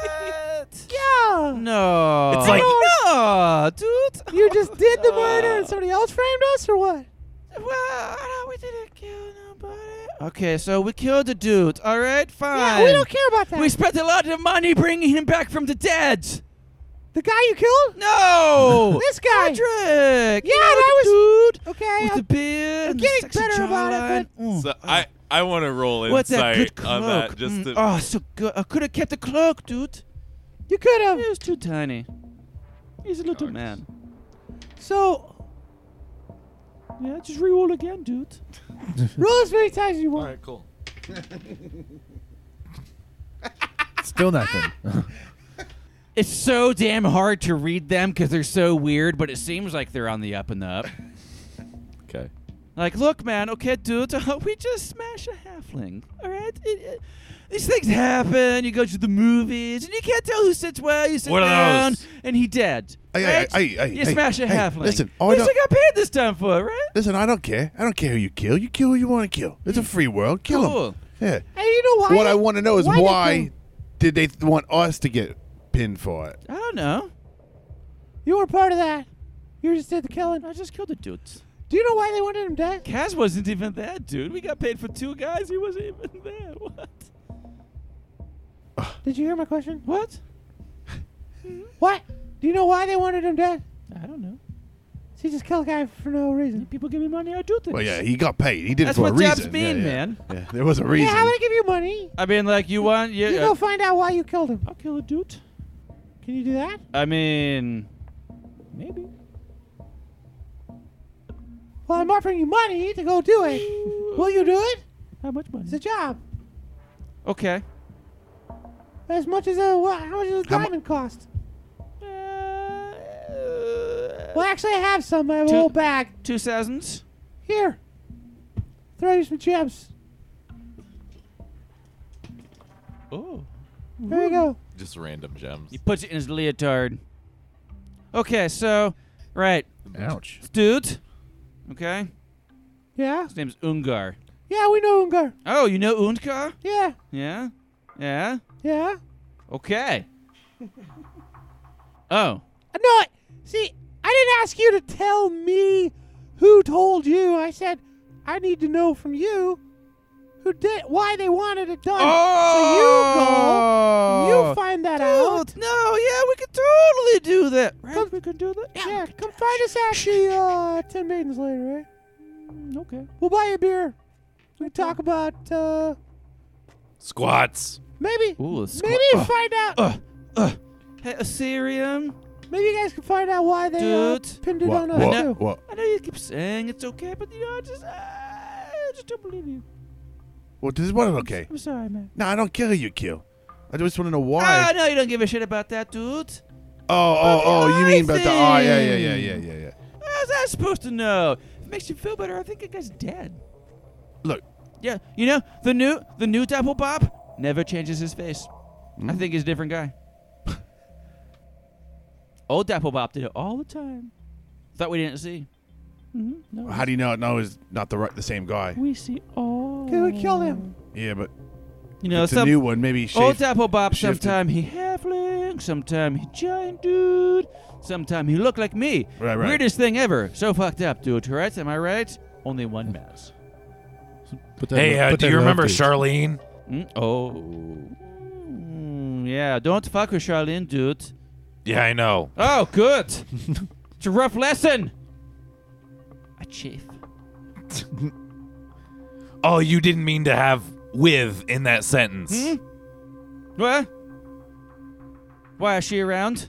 Speaker 2: What?
Speaker 4: Yeah.
Speaker 2: no.
Speaker 3: It's like-
Speaker 2: no, dude.
Speaker 4: You just did the murder, and somebody else framed us, or what?
Speaker 2: Well, no, we didn't kill nobody. Okay, so we killed the dude. All right, fine.
Speaker 4: Yeah, we don't care about that.
Speaker 2: We spent a lot of money bringing him back from the dead.
Speaker 4: the guy you killed?
Speaker 2: No.
Speaker 4: This guy.
Speaker 2: Patrick.
Speaker 4: Yeah, that was dude. Okay.
Speaker 2: With
Speaker 4: I'll-
Speaker 2: the beard. and the
Speaker 4: getting
Speaker 2: sexy
Speaker 4: better about it,
Speaker 2: jawline. Mm.
Speaker 7: So I, I want to roll
Speaker 2: What's that
Speaker 7: insight
Speaker 2: good cloak?
Speaker 7: on that just
Speaker 2: Mm,
Speaker 7: to
Speaker 2: Oh, so good. I could have kept the cloak, dude.
Speaker 4: you could have.
Speaker 2: He was too tiny. He's a little man.
Speaker 4: So
Speaker 2: Yeah, just re-roll again, dude.
Speaker 4: roll as many times as you want.
Speaker 6: Still nothing.
Speaker 2: It's so damn hard to read them because they're so weird, but it seems like they're on the up and up.
Speaker 7: Okay.
Speaker 2: Like, look, man, okay, dude, we just smash a halfling, all right? It- it- these things happen. You go to the movies, and you can't tell who sits where. You sit
Speaker 3: What are
Speaker 2: down,
Speaker 3: those?
Speaker 2: and he dead.
Speaker 5: Hey, hey,
Speaker 2: right?
Speaker 5: hey, hey,
Speaker 2: you
Speaker 5: hey,
Speaker 2: smash a
Speaker 5: hey,
Speaker 2: halfling.
Speaker 5: listen, oh, I
Speaker 2: At least
Speaker 5: don't-
Speaker 2: I got paid this time for it, right?
Speaker 5: Listen, I don't care. I don't care who you kill. You kill who you want to kill. It's a free world. Kill 'em.
Speaker 2: Mm. Cool.
Speaker 5: Yeah.
Speaker 4: Hey, you know why?
Speaker 5: what I want to know is
Speaker 4: why
Speaker 5: why,
Speaker 4: they kill 'em?
Speaker 5: did they th- want us to get pinned for it?
Speaker 2: I don't know.
Speaker 4: You were part of that. You just did the killing.
Speaker 2: I just killed a dude.
Speaker 4: Do you know why they wanted him dead?
Speaker 2: Kaz wasn't even there, dude. We got paid for two guys. He wasn't even there. What?
Speaker 4: Did you hear my question?
Speaker 2: What?
Speaker 4: What? Do you know why they wanted him dead?
Speaker 2: I don't know.
Speaker 4: So you just killed a guy for no reason.
Speaker 2: People give me money. I do things.
Speaker 5: Well, yeah, he got paid. He did
Speaker 2: That's
Speaker 5: it for a
Speaker 2: what jobs
Speaker 5: reason.
Speaker 2: mean,
Speaker 5: yeah, yeah.
Speaker 2: man.
Speaker 5: Yeah, there was a
Speaker 4: Yeah,
Speaker 5: reason.
Speaker 4: how would I give you money?
Speaker 2: I mean, like, you uh, want
Speaker 4: You go find out why you killed him.
Speaker 2: I'll kill a dude.
Speaker 4: Can you do that?
Speaker 2: I mean, maybe.
Speaker 4: Well, I'm offering you money to go do it. Will you do it?
Speaker 2: How much money?
Speaker 4: It's a job.
Speaker 2: Okay.
Speaker 4: As much as a what, how much does a
Speaker 5: How mu-
Speaker 4: diamond cost? Well, actually, I have some. I have
Speaker 2: Two-
Speaker 4: a whole bag
Speaker 2: Two thousands.
Speaker 4: here. Throw you some gems.
Speaker 2: Oh.
Speaker 4: There you go.
Speaker 7: just random gems.
Speaker 2: He puts it in his leotard. Okay, so, right,
Speaker 5: Ouch.
Speaker 2: this dude. Okay,
Speaker 4: Yeah.
Speaker 2: his name's Ungar.
Speaker 4: Yeah, we know Ungar.
Speaker 2: Oh, you know Ungar?
Speaker 4: Yeah.
Speaker 2: Yeah, yeah.
Speaker 4: Yeah.
Speaker 2: Okay. oh,
Speaker 4: Uh, No, I- see, I didn't ask you to tell me who told you. I said I need to know from you who did why they wanted it done. So you go,
Speaker 2: Oh,
Speaker 4: you find that out.
Speaker 2: Dude, no, yeah, we could totally do that. Right?
Speaker 4: Come, we can do that. Yeah, come find us at the uh, Ten Maidens later, right? okay. We'll buy you a beer. We can talk about uh,
Speaker 3: Squats.
Speaker 4: maybe
Speaker 2: Ooh, a squa-
Speaker 4: maybe
Speaker 2: uh,
Speaker 4: find out.
Speaker 2: Hey, Assyrium,
Speaker 4: maybe you guys can find out why they uh,
Speaker 2: Dude.
Speaker 4: pinned it
Speaker 5: What?
Speaker 4: on us
Speaker 5: What?
Speaker 4: too. Uh,
Speaker 5: What?
Speaker 2: I know you keep saying it's okay, but you know, I just, I just don't believe you.
Speaker 5: Well, this is one of okay.
Speaker 4: I'm sorry, man.
Speaker 5: No, I don't care who you kill. I just want to know
Speaker 2: Ah,
Speaker 5: why.
Speaker 2: no, you don't give a shit about that, dude.
Speaker 5: Oh, oh, oh! You mean about the? Oh, yeah, yeah, yeah, yeah,
Speaker 2: Everything.
Speaker 5: yeah, yeah.
Speaker 2: How's that supposed to know? If it makes you feel better, I think that guy's dead.
Speaker 5: Look.
Speaker 2: Yeah, you know the new the new Doppelbop never changes his face.
Speaker 5: Hmm?
Speaker 2: I think he's a different guy. Old Doppelbop did it all the time. Thought we didn't see.
Speaker 4: hmm No,
Speaker 5: How do you know? No, is not the right, the same guy.
Speaker 4: we see all. Can we kill him?
Speaker 5: Yeah, but
Speaker 2: You know,
Speaker 5: it's
Speaker 2: some
Speaker 5: a new one. Maybe
Speaker 2: old
Speaker 5: shave.
Speaker 2: Doppelbop.
Speaker 5: shifted.
Speaker 2: Sometime he halfling, sometime he giant dude, sometime he look like me.
Speaker 5: Right, right.
Speaker 2: Weirdest thing ever. So fucked up, dude. Right? Am I right? Only one mass.
Speaker 10: Put that
Speaker 3: Hey,
Speaker 10: lo-
Speaker 3: uh,
Speaker 10: put
Speaker 3: do
Speaker 10: that
Speaker 3: you
Speaker 10: love
Speaker 3: remember
Speaker 10: face.
Speaker 3: Charlene?
Speaker 2: Mm, oh. Mm, yeah, don't fuck with Charlene, dude.
Speaker 3: Yeah, I know.
Speaker 2: Oh, good. it's a rough lesson. A chief.
Speaker 3: Oh, you didn't mean to have with in that sentence.
Speaker 2: Hmm? What? Why is she around?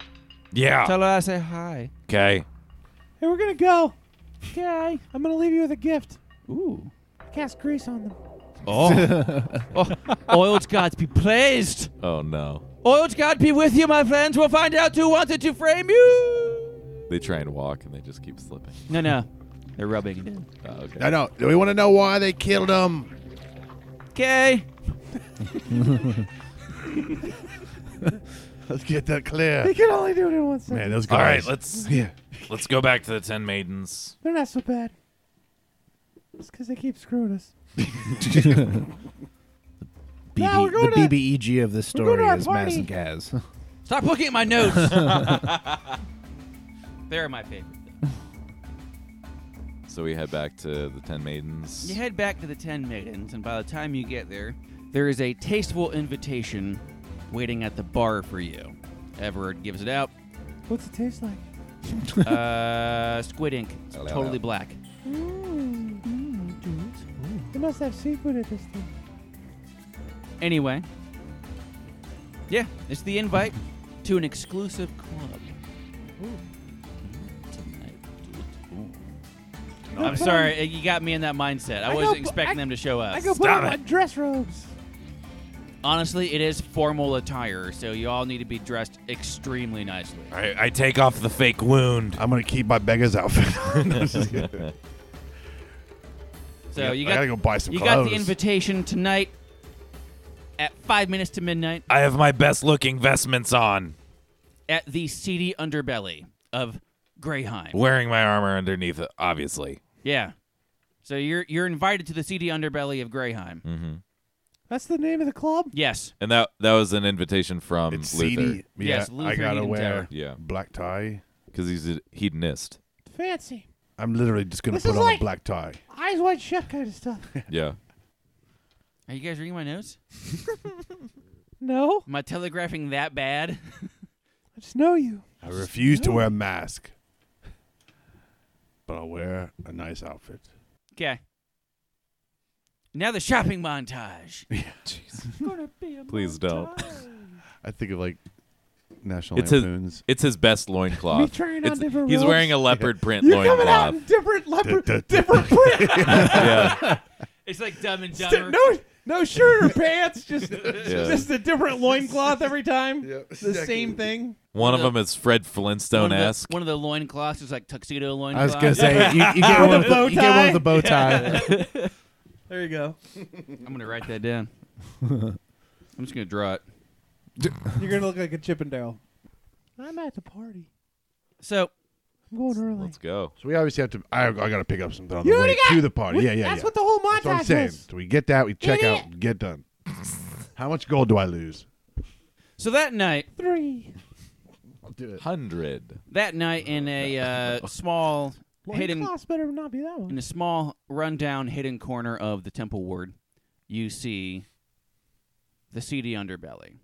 Speaker 3: Yeah.
Speaker 2: Tell her I say hi.
Speaker 3: Okay.
Speaker 4: Hey, we're gonna go. Okay. I'm gonna leave you with a gift.
Speaker 2: Ooh.
Speaker 4: Cast grease on them.
Speaker 2: Oh. oh. Oiled God be pleased.
Speaker 7: Oh no.
Speaker 2: Oiled God be with you, my friends. We'll find out who wanted to frame you.
Speaker 7: They try and walk and they just keep slipping.
Speaker 2: No, no. They're rubbing it in.
Speaker 7: Oh, okay.
Speaker 5: I know. We want to know why they killed him.
Speaker 2: Okay.
Speaker 5: Let's get that
Speaker 4: They
Speaker 5: clear.
Speaker 4: can only do it in one second.
Speaker 5: Man, those guys.
Speaker 3: All right, let's
Speaker 5: Yeah.
Speaker 3: let's go back to the Ten Maidens.
Speaker 4: They're not so bad. It's because they keep screwing us.
Speaker 5: BB.
Speaker 4: Now we're going
Speaker 5: the
Speaker 4: to-
Speaker 5: BBEG of this
Speaker 4: we're going to
Speaker 5: story
Speaker 4: our
Speaker 5: is Mass
Speaker 4: party.
Speaker 5: and Kaz.
Speaker 2: Stop looking at my notes. They're my favorite.
Speaker 7: So we head back to the Ten Maidens.
Speaker 2: You head back to the Ten Maidens, and by the time you get there, there is a tasteful invitation waiting at the bar for you. Everett gives it out.
Speaker 4: What's it taste like?
Speaker 2: Uh, squid ink. It's
Speaker 7: Hello,
Speaker 2: totally
Speaker 7: hello.
Speaker 2: black.
Speaker 4: Mm. They must have seafood at this thing.
Speaker 2: Anyway, yeah, it's the invite to an exclusive club. Tonight, dude. Ooh. I'm sorry, you got me in that mindset. I,
Speaker 4: I
Speaker 2: wasn't
Speaker 4: go-
Speaker 2: expecting
Speaker 4: I-
Speaker 2: them to show up.
Speaker 4: I go put on my dress robes.
Speaker 2: Honestly, it is formal attire, so you all need to be dressed extremely nicely.
Speaker 3: I, I take off the fake wound.
Speaker 5: I'm gonna keep my beggar's outfit. on. No, just kidding.
Speaker 2: So you
Speaker 5: I gotta
Speaker 2: got
Speaker 5: go buy some
Speaker 2: you got
Speaker 5: clothes.
Speaker 2: the invitation tonight at five minutes to midnight
Speaker 3: I have my best looking vestments on,
Speaker 2: at the seedy underbelly of Greyheim.
Speaker 3: wearing my armor underneath it, obviously.
Speaker 2: Yeah. So you're you're invited to the seedy underbelly of Greyheim.
Speaker 5: Hmm.
Speaker 4: That's the name of the club.
Speaker 2: Yes.
Speaker 7: And that that was an invitation from
Speaker 5: it's
Speaker 7: Luther.
Speaker 5: seedy. Yeah,
Speaker 2: Yes, Luther
Speaker 5: I gotta
Speaker 2: Eden
Speaker 5: wear
Speaker 2: Terror.
Speaker 7: Yeah,
Speaker 5: black tie.
Speaker 7: because he's a hedonist.
Speaker 4: Fancy.
Speaker 5: I'm literally just gonna
Speaker 4: This
Speaker 5: put
Speaker 4: is
Speaker 5: on
Speaker 4: like-
Speaker 5: a black tie.
Speaker 4: Eyes wide shut kind of stuff.
Speaker 7: Yeah.
Speaker 2: Are you guys reading my notes?
Speaker 4: no,
Speaker 2: Am I telegraphing that bad?
Speaker 4: I just know you.
Speaker 5: I refuse to wear a mask, but I'll wear a nice outfit.
Speaker 2: Okay. Now the shopping montage.
Speaker 7: Please don't.
Speaker 5: I think of like National
Speaker 7: It's a-
Speaker 5: Lampoons.
Speaker 7: It's his best
Speaker 4: Me
Speaker 7: loincloth.
Speaker 4: trying on
Speaker 7: It's,
Speaker 4: different
Speaker 7: he's
Speaker 4: robes.
Speaker 7: wearing a leopard print
Speaker 4: You're coming out
Speaker 7: loincloth.
Speaker 4: in different leopard,
Speaker 5: Da, da, da.
Speaker 4: different print.
Speaker 7: yeah.
Speaker 2: It's like dumb and dumber.
Speaker 4: no, no shirt or pants. Just,
Speaker 7: Yeah.
Speaker 4: just a different loincloth every time.
Speaker 5: Yep,
Speaker 4: the same thing.
Speaker 7: One of them is Fred
Speaker 2: one
Speaker 7: Flintstone
Speaker 2: of,
Speaker 7: esque.
Speaker 2: the, one of the loincloths is like tuxedo loincloth.
Speaker 5: I was gonna say you, you get one. Of
Speaker 4: bow
Speaker 5: the, you get one
Speaker 4: tie?
Speaker 5: with the bow tie.
Speaker 4: There you go.
Speaker 2: I'm gonna write that down. I'm just gonna draw it.
Speaker 4: You're gonna look like a Chippendale. I'm at the party.
Speaker 2: So
Speaker 4: I'm going early.
Speaker 7: Let's go.
Speaker 5: So we obviously have to. I, I gotta pick up something on
Speaker 4: You
Speaker 5: the way
Speaker 4: already got-
Speaker 5: to the party.
Speaker 4: We-
Speaker 5: yeah, yeah,
Speaker 4: That's
Speaker 5: yeah.
Speaker 4: what the whole
Speaker 5: That's what I'm
Speaker 4: montage
Speaker 5: saying.
Speaker 4: was.
Speaker 5: So we get that. We check
Speaker 4: Idiot.
Speaker 5: out. Get done. How much gold do I lose?
Speaker 2: so that night,
Speaker 4: Three.
Speaker 5: I'll do it.
Speaker 7: Hundred.
Speaker 2: that night in a uh, small hidden
Speaker 4: Loincloths better not be that one.
Speaker 2: in a small rundown hidden corner of the temple ward, you see the seedy underbelly.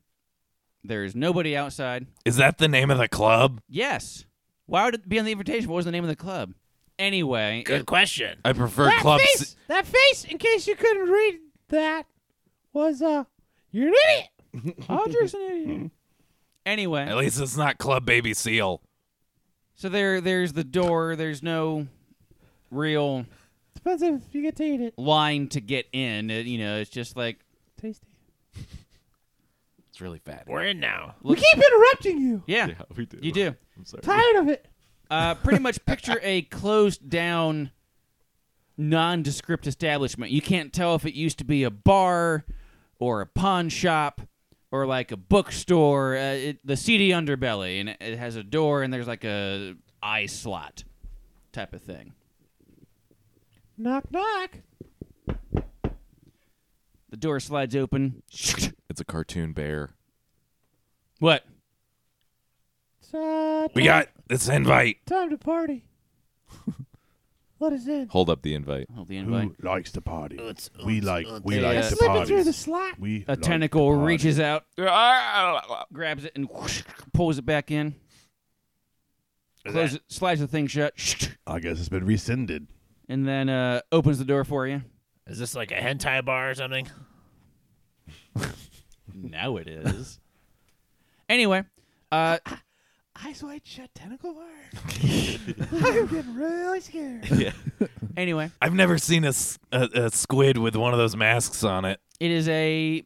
Speaker 2: There is nobody outside.
Speaker 3: Is that the name of the club?
Speaker 2: Yes. Why would it be on the invitation? What was the name of the club? Anyway,
Speaker 1: Good
Speaker 2: it-
Speaker 1: question.
Speaker 3: I prefer club.
Speaker 4: face,
Speaker 3: C-
Speaker 4: that face, in case you couldn't read that, was uh, you're an idiot. Audrey's an idiot.
Speaker 2: anyway,
Speaker 3: At least it's not Club Baby Seal.
Speaker 2: so there, there's the door. There's no real
Speaker 4: Depends if you get to eat it.
Speaker 2: line to get in. It- you know, it's just like
Speaker 4: Tasty.
Speaker 7: It's really fat.
Speaker 1: We're in now.
Speaker 4: We keep interrupting you.
Speaker 2: yeah,
Speaker 7: Yeah, we do.
Speaker 2: you do.
Speaker 7: I'm sorry.
Speaker 4: Tired of it.
Speaker 2: Uh, pretty much picture a closed down, nondescript establishment. You can't tell if it used to be a bar or a pawn shop or like a bookstore. Uh, it, the seedy underbelly, and it, it has a door, and there's like a eye slot type of thing.
Speaker 4: Knock knock.
Speaker 2: The door slides open.
Speaker 7: It's a cartoon bear.
Speaker 2: What?
Speaker 4: It's uh,
Speaker 3: We got this invite.
Speaker 4: time to party. Let us in.
Speaker 7: Hold up the invite.
Speaker 2: Oh, the
Speaker 6: Who
Speaker 2: invite.
Speaker 6: likes to party?
Speaker 1: Oots,
Speaker 6: we
Speaker 1: oots,
Speaker 6: like
Speaker 1: oots.
Speaker 6: we
Speaker 2: Yeah.
Speaker 6: like
Speaker 2: Just
Speaker 6: to
Speaker 4: Slipping
Speaker 6: party.
Speaker 4: through the slot.
Speaker 6: we
Speaker 2: A
Speaker 6: like to
Speaker 2: tentacle
Speaker 6: party.
Speaker 2: reaches out, grabs it, and pulls it back in.
Speaker 1: Is
Speaker 2: Close
Speaker 1: that-
Speaker 2: it, slides the thing shut,
Speaker 6: I guess it's been rescinded.
Speaker 2: and then uh, opens the door for you.
Speaker 1: Is this like a hentai bar or something?
Speaker 2: Now it is. anyway, uh,
Speaker 4: Eyes wide shut, tentacle bar. I'm getting really scared.
Speaker 2: anyway,
Speaker 3: I've never seen a, s- a- a squid with one of those masks on it.
Speaker 2: it is a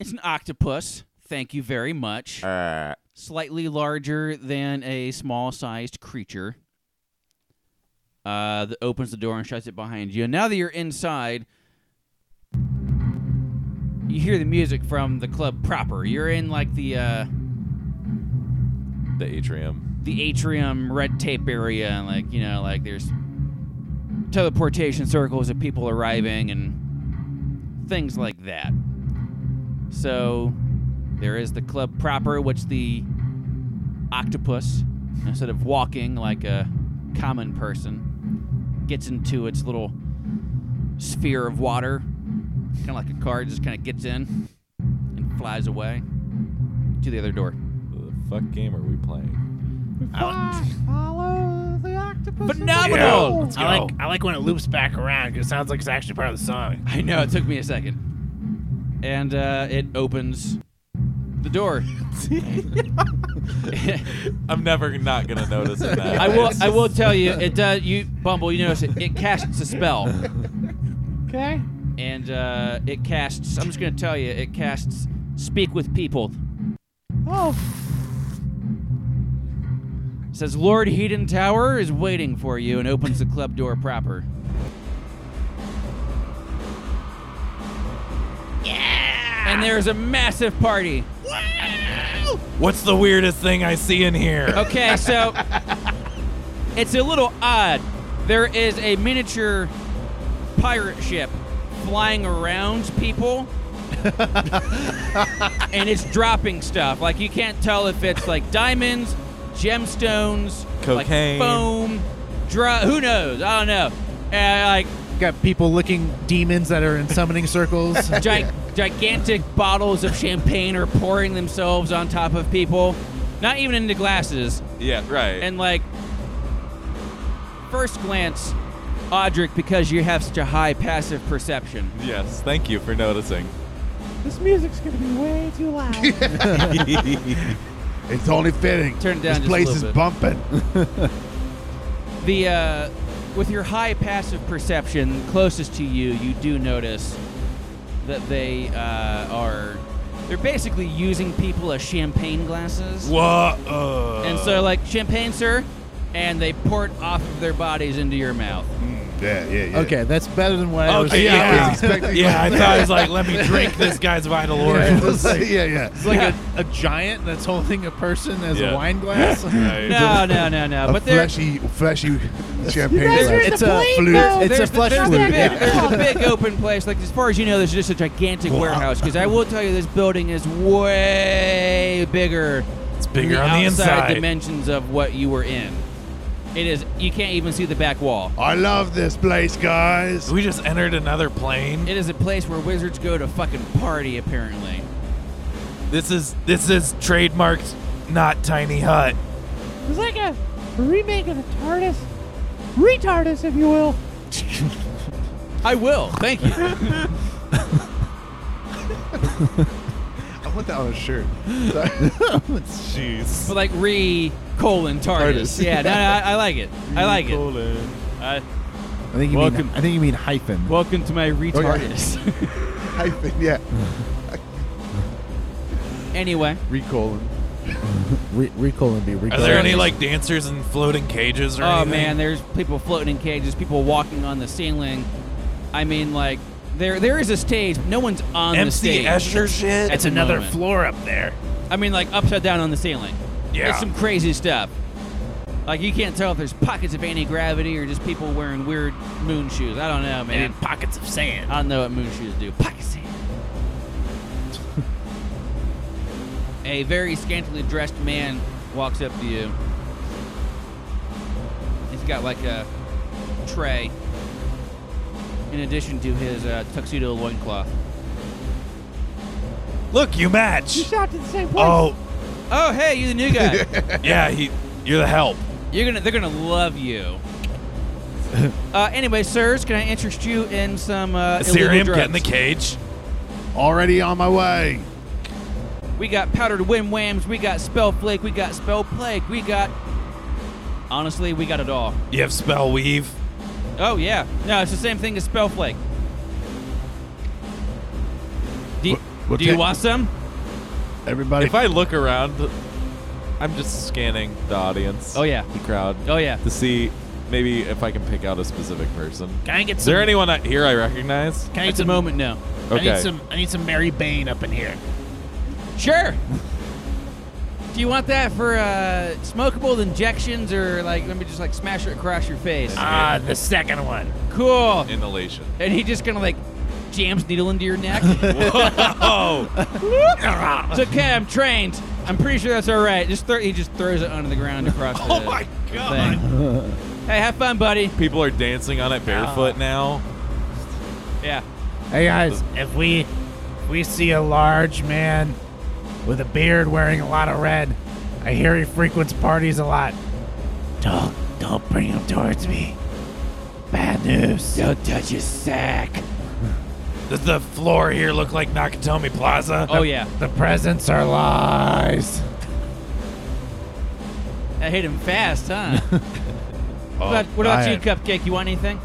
Speaker 2: it's an octopus. Thank you very much.
Speaker 7: Uh,
Speaker 2: Slightly larger than a small-sized creature. Uh, that opens the door and shuts it behind you. And now that you're inside, you hear the music from the club proper. You're in like the uh,
Speaker 7: the atrium.
Speaker 2: the atrium red tape area and like you know like there's teleportation circles of people arriving and things like that so there is the club proper which the octopus instead of walking like a common person gets into its little sphere of water kind of like a car just kind of gets in and flies away to the other door
Speaker 7: The fuck game are we playing?
Speaker 4: Fly, follow the octopus.
Speaker 2: Phenomenal!
Speaker 4: in the
Speaker 1: I like I like when it loops back around because it sounds like it's actually part of the song.
Speaker 2: I know, it took me a second. And uh, it opens the door.
Speaker 7: I'm never not gonna notice it now.
Speaker 2: I will I will tell you, it does you Bumble, you notice it, it casts a spell.
Speaker 4: bowl. Okay.
Speaker 2: And uh, it casts I'm just gonna tell you, it casts speak with people.
Speaker 4: Oh,
Speaker 2: It says Lord Heaton Tower is waiting for you and opens the club door proper. Yeah! And there's a massive party.
Speaker 3: What's the weirdest thing I see in here?
Speaker 2: Okay, so it's a little odd. There is a miniature pirate ship flying around people. and it's dropping stuff. Like you can't tell if it's like diamonds, gemstones, like
Speaker 7: Cocaine.
Speaker 2: foam, drug. Who knows? I don't know. And like
Speaker 9: Got people licking demons that are in summoning circles.
Speaker 2: gi- gigantic bottles of champagne are pouring themselves on top of people. Not even into glasses.
Speaker 7: Yeah, right.
Speaker 2: And like, first glance, Audric, because you have such a high passive perception,
Speaker 7: yes, thank you for noticing.
Speaker 4: this music's gonna be way too loud.
Speaker 5: It's only fitting.
Speaker 2: Turn it down
Speaker 5: this
Speaker 2: just a
Speaker 5: place
Speaker 2: little
Speaker 5: is
Speaker 2: bit.
Speaker 5: bumping.
Speaker 2: the uh, with your high passive perception closest to you, you do notice that they uh, are they're basically using people as champagne glasses.
Speaker 3: What? Uh,
Speaker 2: And so, like champagne, sir, and they pour it off of their bodies into your mouth.
Speaker 5: Yeah, yeah, yeah.
Speaker 9: okay, that's better than what I was.
Speaker 3: okay,
Speaker 5: I
Speaker 3: yeah.
Speaker 5: was expecting.
Speaker 3: Yeah, I thought it was like, let me drink this guy's vital
Speaker 5: yeah,
Speaker 3: organs.
Speaker 5: just like- yeah, yeah.
Speaker 9: It's like a, a giant that's holding a person as
Speaker 7: Yeah.
Speaker 9: a wine glass.
Speaker 2: No, no, no, no.
Speaker 5: A
Speaker 2: but they're
Speaker 5: fleshy, fleshy champagne.
Speaker 4: guys are in
Speaker 5: glass.
Speaker 9: It's
Speaker 4: the
Speaker 9: a
Speaker 4: plane
Speaker 5: flute.
Speaker 4: though.
Speaker 9: It's a
Speaker 2: Oh, there's,
Speaker 9: flesh
Speaker 2: there's, a
Speaker 9: wound.
Speaker 2: big, there's a big open place. Like as far as you know, there's just a gigantic warehouse. Because I will tell you, this building is way bigger.
Speaker 3: It's
Speaker 2: than
Speaker 3: bigger on the
Speaker 2: outside
Speaker 3: inside.
Speaker 2: dimensions of what you were in. It is. You can't even see the back wall.
Speaker 5: I love this place, guys.
Speaker 3: We just entered another plane.
Speaker 2: It is a place where wizards go to fucking party, apparently.
Speaker 3: This is this is trademarked, not tiny hut.
Speaker 4: It's like a remake of the TARDIS, retardus, if you will.
Speaker 2: I will. Thank you.
Speaker 5: I want that on a shirt.
Speaker 2: but like re colon TARDIS.
Speaker 5: TARDIS.
Speaker 2: Yeah, no, no, I, I like it. I like it. I,
Speaker 9: I think you
Speaker 2: Welcome.
Speaker 9: mean I think you mean hyphen.
Speaker 2: welcome to my retardus.
Speaker 5: Hyphen, yeah.
Speaker 2: anyway,
Speaker 5: Recolon.
Speaker 9: Re- recall and be
Speaker 3: Are
Speaker 9: recall.
Speaker 3: there any like dancers in floating cages or
Speaker 2: oh
Speaker 3: anything?
Speaker 2: man, there's people floating in cages, people walking on the ceiling. I mean, like there there is a stage. No one's on the
Speaker 3: MC
Speaker 2: stage.
Speaker 3: Escher shit.
Speaker 2: At
Speaker 1: It's
Speaker 2: the
Speaker 1: another
Speaker 2: moment.
Speaker 1: floor up there.
Speaker 2: I mean, like upside down on the ceiling.
Speaker 3: yeah.
Speaker 2: It's some crazy stuff. Like you can't tell if there's pockets of anti gravity or just people wearing weird moon shoes. I don't know,
Speaker 1: And in
Speaker 2: man.
Speaker 1: pockets of sand.
Speaker 2: I don't know what moon shoes do. Pockets. of sand. A very scantily dressed man walks up to you. He's got like a tray in addition to his uh, tuxedo loincloth.
Speaker 3: Look, you match.
Speaker 4: You stopped at the same place.
Speaker 3: Oh,
Speaker 2: Oh, hey, you the new guy.
Speaker 3: yeah. He, you're the help.
Speaker 2: You're gonna, they're gonna love you. uh, anyway, sirs, can I interest you in some uh, illegal
Speaker 3: Ethereum,
Speaker 2: drugs?
Speaker 3: get in the cage.
Speaker 5: Already on my way.
Speaker 2: We got powdered whim whams. We got spell flake. We got spell plague. We got. Honestly, we got it all.
Speaker 3: You have spell weave.
Speaker 2: Oh yeah, no, it's the same thing as spell flake. Do, you-
Speaker 5: Wh- what
Speaker 2: do you
Speaker 5: ca-
Speaker 2: want some?
Speaker 5: Everybody.
Speaker 7: If I look around, I'm just scanning the audience.
Speaker 2: Oh yeah,
Speaker 7: The crowd.
Speaker 2: oh yeah.
Speaker 7: To see maybe if I can pick out a specific person.
Speaker 1: Can I get
Speaker 7: Is
Speaker 1: some?
Speaker 7: there anyone out here I recognize?
Speaker 1: Can I
Speaker 2: At
Speaker 1: get
Speaker 2: the
Speaker 1: some?
Speaker 2: moment, no.
Speaker 1: I
Speaker 7: Okay.
Speaker 1: need some. I need some Mary Bane up in here.
Speaker 2: Sure. do you want that for uh, smokable injections or like let me just like smash it across your face?
Speaker 1: Ah, the second one.
Speaker 2: Cool.
Speaker 7: Inhalation.
Speaker 2: And he just kind of like jams needle into your neck.
Speaker 7: Oh,
Speaker 2: it's okay. I'm trained. I'm pretty sure that's all right. Just throw, he just throws it onto the ground across.
Speaker 3: Oh
Speaker 2: the
Speaker 3: my god.
Speaker 2: Thing. hey, have fun, buddy.
Speaker 7: people are dancing on it
Speaker 2: Ah.
Speaker 7: barefoot now.
Speaker 2: Yeah.
Speaker 9: Hey guys,
Speaker 1: If we, if we see a large man with a beard wearing a lot of red, I hear he frequents parties a lot. Don't, don't bring him towards me. Bad news. Don't touch his sack.
Speaker 3: Does the floor here look like Nakatomi Plaza?
Speaker 2: Oh yeah.
Speaker 1: The presents are lies.
Speaker 2: I hit him fast, huh?
Speaker 5: Oh,
Speaker 2: what about,
Speaker 7: Uh,
Speaker 2: what about you, Cupcake? You want anything?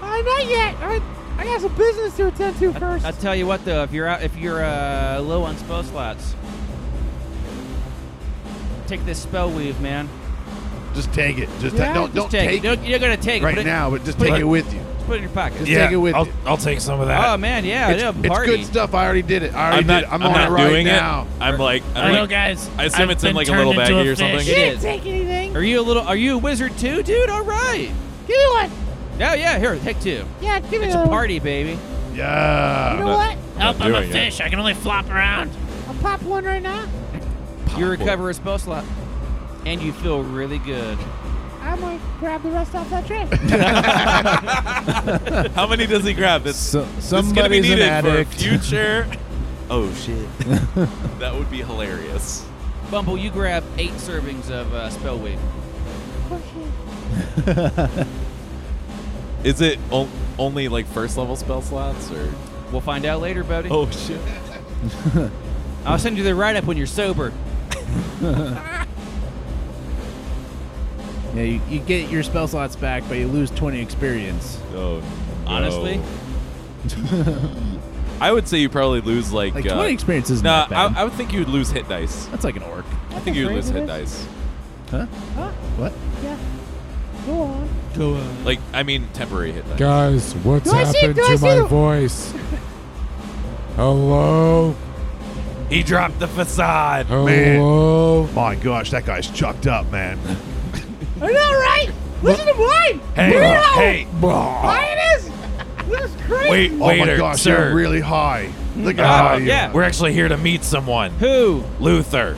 Speaker 4: Uh, not yet. I, I got some business to attend to first.
Speaker 2: I'll tell you what, though, if you're out, if you're uh, low on spell slots, take this spell weave, man.
Speaker 5: Just take it. Just
Speaker 4: Yeah,
Speaker 5: ta- don't
Speaker 4: just
Speaker 5: don't
Speaker 2: Just take,
Speaker 5: take,
Speaker 2: it. You're gonna take it.
Speaker 5: right
Speaker 2: Put it.
Speaker 5: now, but just take
Speaker 2: put-
Speaker 5: it with you.
Speaker 2: Just put it in your pocket.
Speaker 5: Just take it with
Speaker 3: I'll,
Speaker 5: you.
Speaker 3: I'll take some of
Speaker 7: Ah,
Speaker 3: that.
Speaker 2: Oh man, yeah,
Speaker 5: It's,
Speaker 2: yeah,
Speaker 5: it's
Speaker 2: party.
Speaker 5: good stuff. I already did it. I already
Speaker 7: I'm not.
Speaker 5: did it. I'm,
Speaker 7: I'm
Speaker 5: on
Speaker 7: not
Speaker 5: it right
Speaker 7: doing
Speaker 5: now.
Speaker 7: it. I'm like.
Speaker 1: I
Speaker 7: I'm
Speaker 1: know,
Speaker 7: like
Speaker 1: guys.
Speaker 7: I assume
Speaker 1: I've
Speaker 7: it's in,
Speaker 1: been
Speaker 7: like, a
Speaker 1: turned
Speaker 7: little
Speaker 1: into
Speaker 7: baggie
Speaker 1: a
Speaker 7: or something.
Speaker 1: fish.
Speaker 4: you
Speaker 2: it Er-
Speaker 4: didn't
Speaker 2: is.
Speaker 4: take anything.
Speaker 2: Are you a little? Are you a wizard too, dude? All right.
Speaker 4: Give me one.
Speaker 2: Yeah, yeah. Here, take two.
Speaker 4: Yeah, give me
Speaker 2: It's
Speaker 4: another
Speaker 2: a
Speaker 4: one.
Speaker 2: party, Uh, baby.
Speaker 4: You
Speaker 5: Yeah.
Speaker 4: know what?
Speaker 1: Help! I'm
Speaker 7: Not
Speaker 1: a
Speaker 7: doing it.
Speaker 1: fish. I can only flop around.
Speaker 4: I'll pop one right now.
Speaker 2: You recover a spell slot, and you feel really good.
Speaker 4: I'm going to grab the rest off that tray.
Speaker 7: How many does he grab? That's
Speaker 9: so,
Speaker 7: This is gonna be
Speaker 9: somebody's an
Speaker 7: needed
Speaker 9: addict.
Speaker 7: for future. oh shit. that would be hilarious.
Speaker 2: Bumble, you grab eight servings of uh, spell weave.
Speaker 4: Oh, shit.
Speaker 7: Is it on- only like first level spell slots or?
Speaker 2: We'll find out later, buddy.
Speaker 7: Oh shit.
Speaker 2: I'll send you the write up when you're sober.
Speaker 9: Yeah, you, you get your spell slots back, but you lose twenty experience.
Speaker 7: Oh.
Speaker 2: Honestly?
Speaker 7: no. I would say you probably lose like.
Speaker 9: Like
Speaker 7: uh,
Speaker 9: twenty experience is
Speaker 7: Nah,
Speaker 9: not
Speaker 7: I,
Speaker 9: bad.
Speaker 7: I would think you would lose hit dice.
Speaker 9: That's like an orc.
Speaker 7: I think you would lose hit dice.
Speaker 4: Huh?
Speaker 9: What?
Speaker 4: Yeah. Go on.
Speaker 7: Like, I mean, temporary hit dice.
Speaker 6: Guys, what's
Speaker 4: Do I see-
Speaker 6: happened
Speaker 4: do I
Speaker 6: to
Speaker 4: see
Speaker 6: my
Speaker 4: the-
Speaker 6: voice? Hello?
Speaker 3: He dropped the facade.
Speaker 5: Oh,
Speaker 6: Hello?
Speaker 5: My gosh, that guy's chucked up, man.
Speaker 4: I know, right? Listen to mine.
Speaker 3: Hey, hey,
Speaker 4: Why it is? This is crazy.
Speaker 3: wait,
Speaker 5: Oh
Speaker 3: waiter,
Speaker 5: my gosh,
Speaker 3: sir.
Speaker 5: you're really high. Look
Speaker 7: Uh,
Speaker 5: at
Speaker 2: Ah,
Speaker 5: how you.
Speaker 2: yeah.
Speaker 5: Yeah.
Speaker 3: We're actually here to meet someone.
Speaker 2: Who?
Speaker 3: Luther.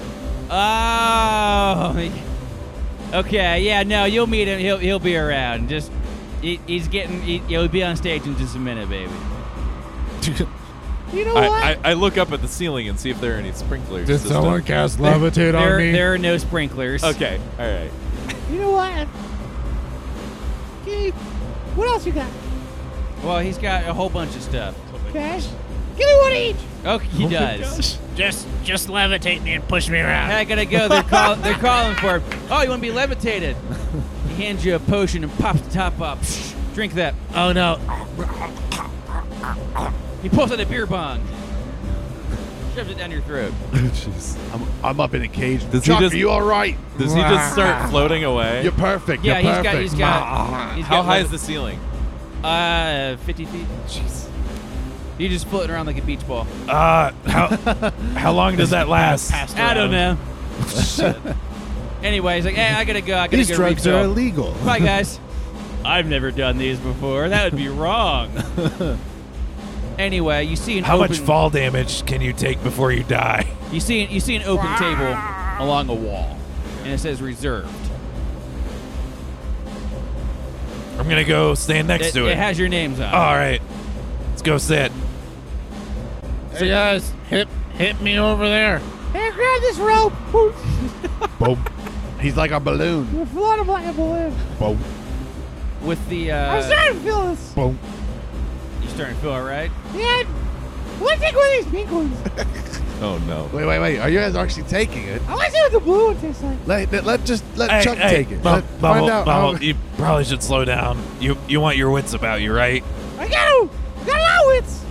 Speaker 2: Oh. Okay, yeah, no, you'll meet him. He'll he'll be around. Just he, he's getting. He, he'll be on stage in just a minute, baby.
Speaker 4: You know what?
Speaker 7: I, I, I look up at the ceiling and see if there are any sprinklers.
Speaker 5: Did
Speaker 7: system.
Speaker 5: someone cast levitate on
Speaker 2: there
Speaker 5: me?
Speaker 2: there are no sprinklers.
Speaker 7: Okay, all right.
Speaker 4: you know what? Okay. What else you got?
Speaker 2: Well, he's got a whole bunch of stuff.
Speaker 4: Cash? Give me one each.
Speaker 2: Okay, he
Speaker 7: Oh
Speaker 2: does.
Speaker 1: Just, just levitate me and push me around.
Speaker 2: I gotta go. They're call, They're calling for him. Oh, you want to be levitated? He hands you a potion and pops the top up. Psh, drink that.
Speaker 1: Oh no!
Speaker 2: He pulls out a beer bong. Shoves it down your throat.
Speaker 5: Jeez. I'm, I'm up in a cage.
Speaker 7: Does he
Speaker 5: Chuck,
Speaker 7: just-
Speaker 5: are you all right?
Speaker 7: Does he just start floating away?
Speaker 5: You're perfect.
Speaker 2: Yeah,
Speaker 5: You're
Speaker 2: he's got.
Speaker 5: perfect.
Speaker 2: He's got. He's
Speaker 7: How
Speaker 2: got
Speaker 7: high
Speaker 2: lev-
Speaker 7: is the ceiling?
Speaker 2: Uh, 50 feet. Jeez. You're just floating around like a beach ball.
Speaker 3: Uh, how, how long does that last?
Speaker 2: I don't know. Anyways, like, hey, I gotta go. I gotta
Speaker 9: These
Speaker 2: go
Speaker 9: drugs
Speaker 2: refill.
Speaker 9: are illegal.
Speaker 2: Bye, guys. I've never done these before. That would be wrong. anyway, you see an
Speaker 3: How
Speaker 2: open,
Speaker 3: much fall damage can you take before you die?
Speaker 2: You see you see an open table along a wall, and it says reserved.
Speaker 3: I'm gonna go stand next
Speaker 2: It,
Speaker 3: to
Speaker 2: it
Speaker 3: it. Uh.
Speaker 2: has your names on. it.
Speaker 3: All right, let's go sit.
Speaker 1: Hey guys, hit, hit me over there.
Speaker 4: Here, grab this rope. Woo.
Speaker 5: Boom. He's like a balloon.
Speaker 4: We're floating like a balloon.
Speaker 5: Boom.
Speaker 2: With the
Speaker 4: I'm
Speaker 2: uh,
Speaker 4: starting to feel this.
Speaker 5: Boom.
Speaker 2: you starting to feel all right.
Speaker 4: Yeah. Let's take one of these pink ones.
Speaker 7: Oh no.
Speaker 5: Wait, wait, wait. Are you guys actually taking it?
Speaker 4: I want to see what the blue one tastes like.
Speaker 5: Let, let, let- just let
Speaker 3: Hey,
Speaker 5: Chuck
Speaker 3: hey,
Speaker 5: take it.
Speaker 3: Bu-
Speaker 5: Let-
Speaker 3: Bubble,
Speaker 5: find out.
Speaker 3: Bubble,
Speaker 5: how-
Speaker 3: you probably should slow down. You you want your wits about you, right?
Speaker 4: I got him. I got a lot of wits.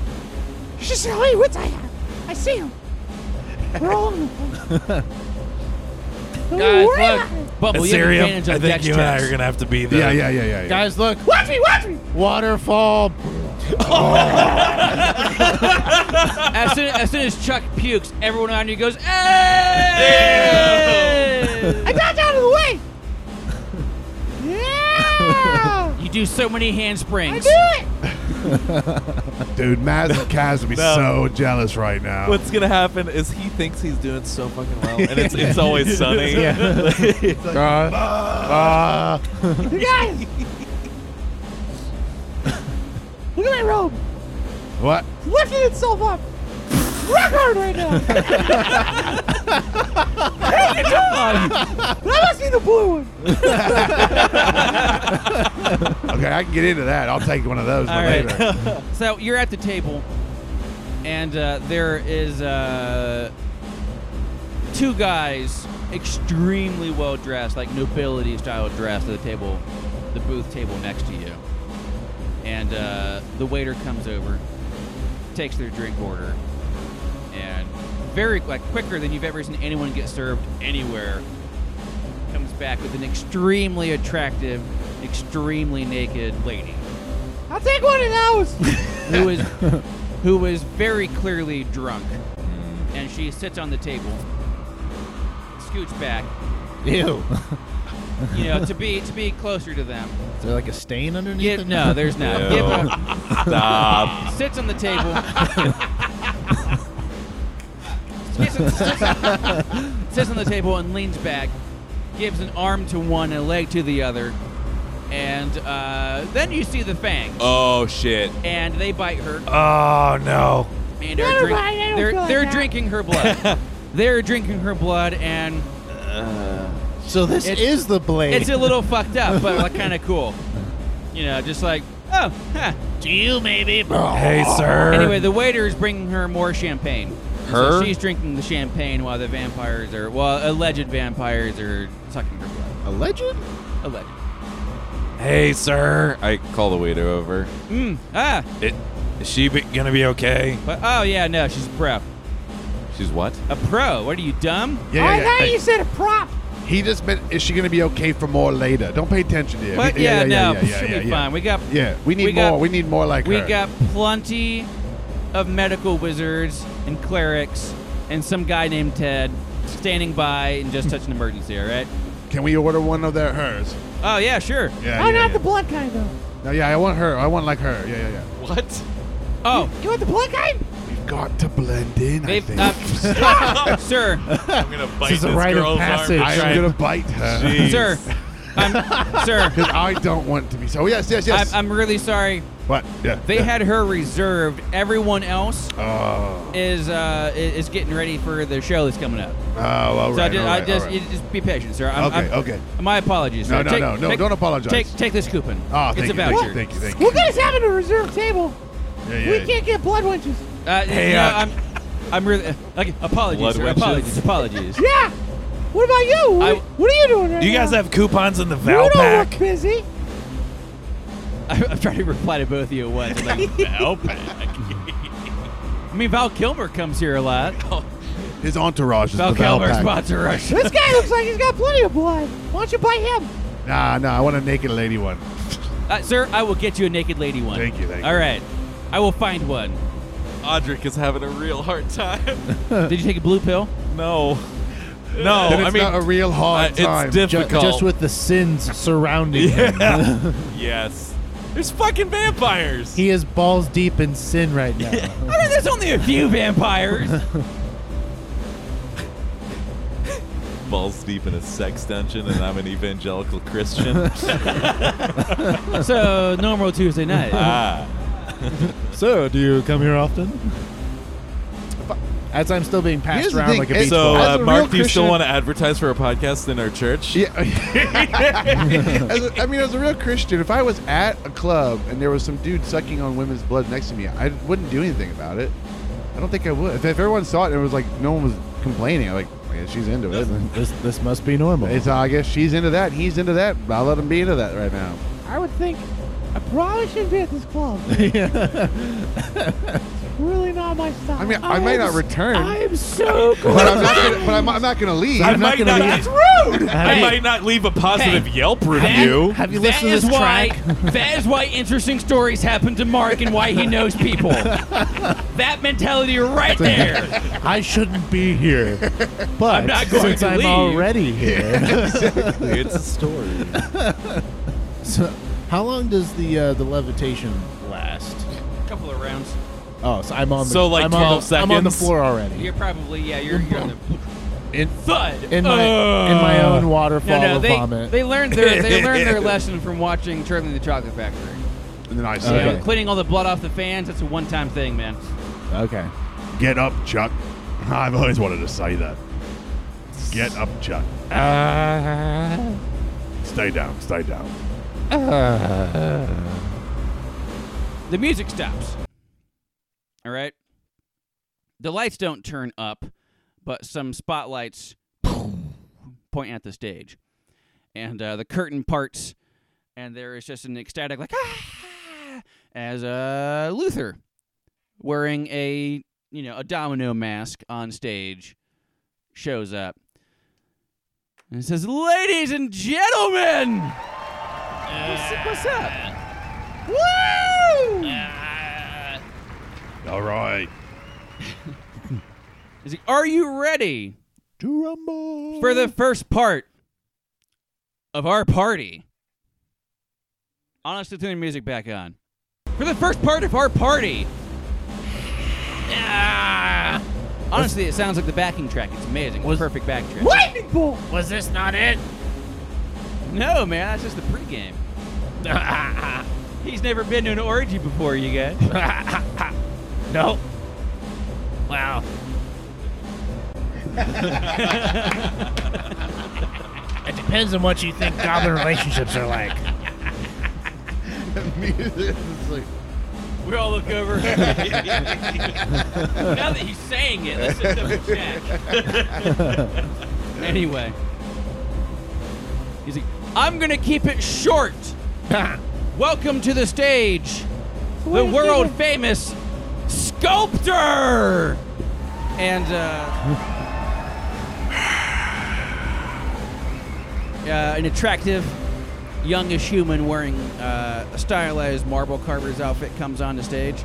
Speaker 4: It's just how many wits I have. I see him. We're all on the phone. Don't
Speaker 1: Guys,
Speaker 4: worry
Speaker 1: look.
Speaker 4: about it.
Speaker 2: Bubble, you have
Speaker 3: Assyrium,
Speaker 2: advantage on
Speaker 3: I think
Speaker 2: dex
Speaker 3: you and I
Speaker 2: checks.
Speaker 3: are gonna have to be there.
Speaker 5: yeah, yeah, yeah, yeah, yeah.
Speaker 1: Guys, look,
Speaker 4: Watch me, watch me.
Speaker 1: waterfall.
Speaker 2: as, soon, as soon as Chuck pukes, everyone around you goes, "Hey!"
Speaker 4: I dodged out of the way. Yeah.
Speaker 2: You do so many
Speaker 4: I
Speaker 2: handsprings.
Speaker 4: do it.
Speaker 5: Dude, Maz and Kaz would be
Speaker 7: No.
Speaker 5: so jealous right now.
Speaker 7: What's gonna happen is he thinks he's doing so fucking well, and it's it's always sunny.
Speaker 5: Uh, uh,
Speaker 4: You guys. Look at that robe.
Speaker 5: what?
Speaker 4: It's lifting itself up. Rock hard right now. Hey, you jump on. That must be the blue one.
Speaker 5: Okay, I can get into that. I'll take one of those
Speaker 2: All right.
Speaker 5: later.
Speaker 2: So you're at the table, and uh, there is uh, two guys extremely well dressed, like nobility style dress, at the table, the booth table next to you. And uh, the waiter comes over, takes their drink order, and very like quicker than you've ever seen anyone get served anywhere. Comes back with an extremely attractive, extremely naked lady
Speaker 4: I'll take one of those.
Speaker 2: who was who was very clearly drunk, and she sits on the table, scoots back,
Speaker 9: Ew.
Speaker 2: you know, to be to be closer to them.
Speaker 9: Is there like a stain underneath?
Speaker 2: Give,
Speaker 9: it?
Speaker 2: no, there's not.
Speaker 7: Ew.
Speaker 2: Give up.
Speaker 7: Stop.
Speaker 2: Sits on the table. sits, on, sits on- sits on the table and leans back, gives an arm to one and a leg to the other, and uh, then you see the fangs,
Speaker 7: Oh shit.
Speaker 2: and they bite her.
Speaker 3: Oh no.
Speaker 2: and
Speaker 4: Never
Speaker 2: are drink-
Speaker 4: mind, I don't
Speaker 2: they're,
Speaker 4: feel like
Speaker 2: they're
Speaker 4: that.
Speaker 2: drinking her blood. they're drinking her blood, and
Speaker 9: So this
Speaker 2: It's-
Speaker 9: is the blade.
Speaker 2: it's a little fucked up, but like kind of cool. You know, just like oh. Huh.
Speaker 1: To you, maybe.
Speaker 3: Hey, sir.
Speaker 2: Oh. Anyway, the waiter is bringing her more champagne.
Speaker 7: Her?
Speaker 2: So she's drinking the champagne while the vampires are, well, alleged vampires are sucking her blood.
Speaker 9: a legend?
Speaker 2: Alleged.
Speaker 3: hey, sir.
Speaker 7: I call the waiter over.
Speaker 2: Mm, ah,
Speaker 3: It, is she be, gonna be okay?
Speaker 2: but oh yeah, no, she's a pro.
Speaker 7: She's what?
Speaker 2: A pro? What are you dumb?
Speaker 5: Yeah,
Speaker 4: I
Speaker 5: yeah, yeah.
Speaker 4: thought you said a prop.
Speaker 5: He just meant, is she going to be okay for more later? Don't pay attention to him.
Speaker 2: But yeah, no, she'll be fine. We got
Speaker 5: Yeah, we need
Speaker 2: We
Speaker 5: more.
Speaker 2: got-
Speaker 5: we need more like
Speaker 2: We
Speaker 5: her.
Speaker 2: got plenty of medical wizards and clerics and some guy named Ted standing by in just such an emergency, all right?
Speaker 5: Can we order one of their hers?
Speaker 2: Oh, yeah, sure.
Speaker 5: Yeah,
Speaker 4: oh,
Speaker 5: yeah,
Speaker 4: not
Speaker 5: yeah.
Speaker 4: the blood kind though.
Speaker 5: No, yeah, I want her. I want like her. Yeah, yeah, yeah.
Speaker 7: What?
Speaker 2: Oh,
Speaker 4: You want the blood kind?
Speaker 5: You've got to blend in. I
Speaker 2: They've,
Speaker 5: think.
Speaker 2: uh, sir,
Speaker 11: I'm gonna bite
Speaker 7: is a rite of
Speaker 11: girl's arm.
Speaker 7: passage.
Speaker 5: I am gonna bite her.
Speaker 2: sir, I'm, sir,
Speaker 5: Because I don't want to be. So oh, yes, yes,
Speaker 2: I'm,
Speaker 5: yes.
Speaker 2: I'm really sorry.
Speaker 5: what? Yeah.
Speaker 2: They
Speaker 5: yeah.
Speaker 2: had her reserved. Everyone else
Speaker 5: Oh.
Speaker 2: is uh, i- is getting ready for the show that's coming up.
Speaker 5: Oh. All right.
Speaker 2: so I just,
Speaker 5: all right,
Speaker 2: I just,
Speaker 5: all
Speaker 2: you
Speaker 5: right.
Speaker 2: just be patient, sir. I'm,
Speaker 5: Okay,
Speaker 2: I'm-
Speaker 5: okay.
Speaker 2: My apologies.
Speaker 5: No,
Speaker 2: sir.
Speaker 5: no,
Speaker 2: Take-
Speaker 5: no, no,
Speaker 2: take-
Speaker 5: don't apologize.
Speaker 2: Take take this coupon.
Speaker 5: Ah,
Speaker 2: it's
Speaker 5: thank
Speaker 2: a
Speaker 5: you, thank you,
Speaker 2: voucher.
Speaker 5: thank you, thank you.
Speaker 4: What good is having a reserved table?
Speaker 5: Yeah, yeah,
Speaker 4: We
Speaker 5: yeah.
Speaker 4: can't get blood wenches.
Speaker 2: Uh,
Speaker 11: Hey,
Speaker 2: no,
Speaker 11: uh,
Speaker 2: I'm, I'm really uh, like apologies,
Speaker 3: Blood
Speaker 2: sir.
Speaker 3: wenches.
Speaker 2: Apologies, apologies.
Speaker 4: Yeah. What about you? What,
Speaker 2: I-
Speaker 4: what are you doing right
Speaker 11: Do you guys
Speaker 4: now?
Speaker 11: have coupons in the
Speaker 4: You
Speaker 11: Val
Speaker 4: don't
Speaker 11: pack?
Speaker 4: look busy.
Speaker 2: I, I'm trying to reply to both of you at once. I'm like, I mean, Val Kilmer comes here a lot.
Speaker 5: His entourage is
Speaker 2: Val
Speaker 5: the Val
Speaker 2: Kilmer
Speaker 5: Pack.
Speaker 2: sponsor rush.
Speaker 4: This guy looks like he's got plenty of blood. Why don't you bite him?
Speaker 5: Nah, nah. I want a naked lady one.
Speaker 2: Uh, sir, I will get you a naked lady one.
Speaker 5: Thank you, thank
Speaker 2: All
Speaker 5: you.
Speaker 2: right, I will find one.
Speaker 3: Audric is having a real hard time.
Speaker 2: Did you take a blue pill?
Speaker 3: no.
Speaker 2: Oh,
Speaker 3: No,
Speaker 5: Then
Speaker 3: I
Speaker 5: it's
Speaker 3: mean,
Speaker 5: not a real hard
Speaker 3: uh,
Speaker 5: time.
Speaker 3: it's difficult.
Speaker 7: Just with the sins surrounding him.
Speaker 3: yeah. yes. There's fucking vampires.
Speaker 7: He is balls deep in sin right now.
Speaker 2: I mean, there's only a few vampires.
Speaker 3: balls deep in a sex dungeon, and I'm an evangelical Christian.
Speaker 2: so normal Tuesday night.
Speaker 3: ah.
Speaker 7: so, do you come here often? As I'm still being passed
Speaker 5: Here's the
Speaker 7: around
Speaker 5: thing,
Speaker 7: like a
Speaker 5: it-
Speaker 7: beach
Speaker 3: So,
Speaker 7: ball.
Speaker 5: As
Speaker 3: uh,
Speaker 5: a real
Speaker 3: Mark, do you still
Speaker 5: Christian-
Speaker 3: want to advertise for a podcast in our church?
Speaker 5: Yeah. as a, I mean, as a real Christian, if I was at a club and there was some dude sucking on women's blood next to me, I wouldn't do anything about it. I don't think I would. If, if everyone saw it and it was like no one was complaining, I'm like, yeah, she's into it.
Speaker 7: this this must be normal.
Speaker 5: It's, I guess she's into that. He's into that. I'll let him be into that right now.
Speaker 4: I would think I probably shouldn't be at this club. it's really not my style.
Speaker 5: I mean, I, may
Speaker 4: am
Speaker 5: not
Speaker 4: s-
Speaker 5: return,
Speaker 4: I am so cool.
Speaker 5: but I'm not. Gonna, but I'm, I'm not going to leave.
Speaker 3: I
Speaker 7: I'm not
Speaker 3: might
Speaker 7: gonna
Speaker 3: not.
Speaker 7: leave.
Speaker 3: rude. I
Speaker 7: Hey.
Speaker 3: might not leave a positive Yelp review.
Speaker 7: Have you
Speaker 2: That
Speaker 7: listened
Speaker 2: is
Speaker 7: to this
Speaker 2: why.
Speaker 7: track?
Speaker 2: that is why interesting stories happen to Mark and why he knows people. that mentality right there.
Speaker 7: I shouldn't be here, but
Speaker 2: not going
Speaker 7: since
Speaker 2: to
Speaker 7: I'm
Speaker 2: leave.
Speaker 7: already here,
Speaker 3: it's a story.
Speaker 7: so how long does the uh, the levitation last?
Speaker 2: A couple of rounds.
Speaker 7: Oh, so I'm on. The,
Speaker 3: So, like,
Speaker 7: I'm
Speaker 3: 12
Speaker 7: on, the- I'm on the
Speaker 3: seconds?
Speaker 7: floor already.
Speaker 2: You're probably yeah. You're, you're on the
Speaker 7: In-
Speaker 2: thud
Speaker 7: In my in my own waterfall
Speaker 2: No, no,
Speaker 7: of
Speaker 2: they,
Speaker 7: vomit.
Speaker 2: they learned their they learned their lesson from watching Charlie and the Chocolate Factory.
Speaker 5: And then
Speaker 1: Oh,
Speaker 5: I
Speaker 2: You know,
Speaker 5: say,
Speaker 7: Okay.
Speaker 2: cleaning all the blood off the fans, that's a one time thing, man.
Speaker 7: okay.
Speaker 5: "Get up, Chuck." I've always wanted to say that. Get up, Chuck.
Speaker 1: Uh.
Speaker 5: Stay down. Stay down.
Speaker 2: The music stops. All right. The lights don't turn up, but some spotlights point at the stage. And uh, the curtain parts, and there is just an ecstatic, like, ah, as uh, Luther wearing a, you know, a domino mask on stage shows up and says, Ladies and gentlemen! What's- what's up? Woo!
Speaker 5: All right.
Speaker 2: He's like, Are you ready for the first part of our party? Honestly, turn the music back on. For the first part of our party. Ah. Honestly, it sounds like the backing track. It's amazing. It's perfect backing track.
Speaker 4: Lightning bolt.
Speaker 1: Was this not it?
Speaker 2: No, man, that's just the pregame. He's never been to an orgy before, you guys.
Speaker 1: no. Wow. it depends on what you think goblin relationships are like.
Speaker 5: It's like-
Speaker 2: We all look over. now that he's saying it, let's just double check. anyway, he's like, I'm gonna keep it short. Welcome to the stage, the
Speaker 4: Wait a
Speaker 2: world
Speaker 4: minute.
Speaker 2: famous sculptor, and uh, uh, an attractive youngish human wearing uh, a stylized marble carver's outfit comes on the stage,